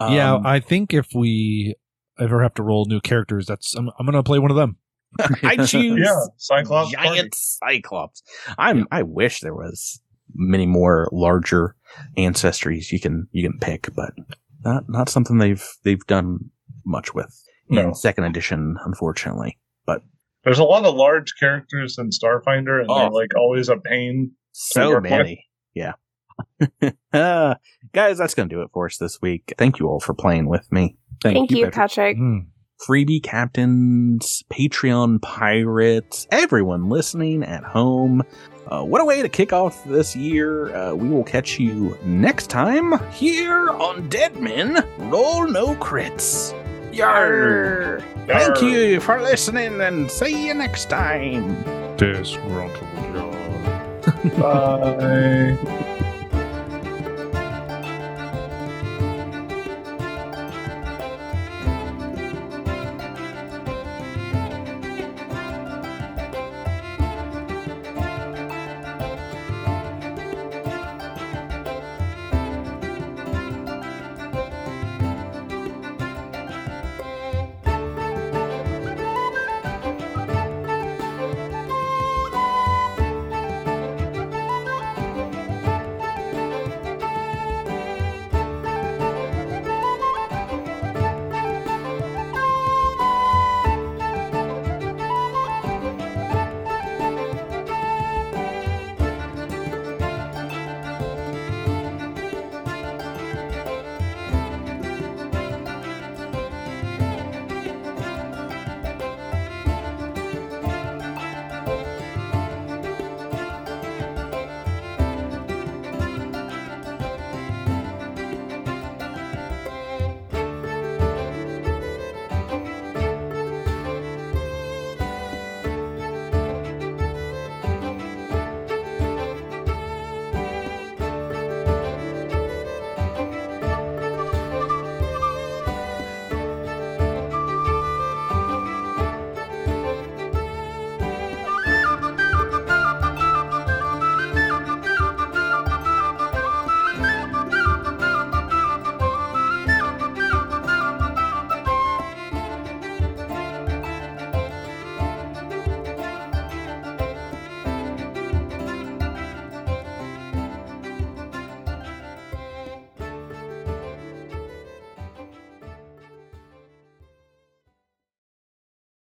yeah, Um, I think if we ever have to roll new characters, that's I'm, I'm gonna play one of them. I choose Yeah, Cyclops. giant cyclops i'm i wish there was many more larger ancestries you can you can pick, but not not something they've they've done much with in No. second edition, unfortunately. There's a lot of large characters in Starfinder, and Oh. they're like always a pain. So work with. many. Yeah. uh, guys, that's going to do it for us this week. Thank you all for playing with me. Thank you, Patrick. Hmm. freebie captains, Patreon pirates, everyone listening at home. Uh, what a way to kick off this year. Uh, we will catch you next time here on Dead Men Roll No Crits. Yarr! Arr. Thank Arr. you for listening and see you next time. Disgruntled. Bye.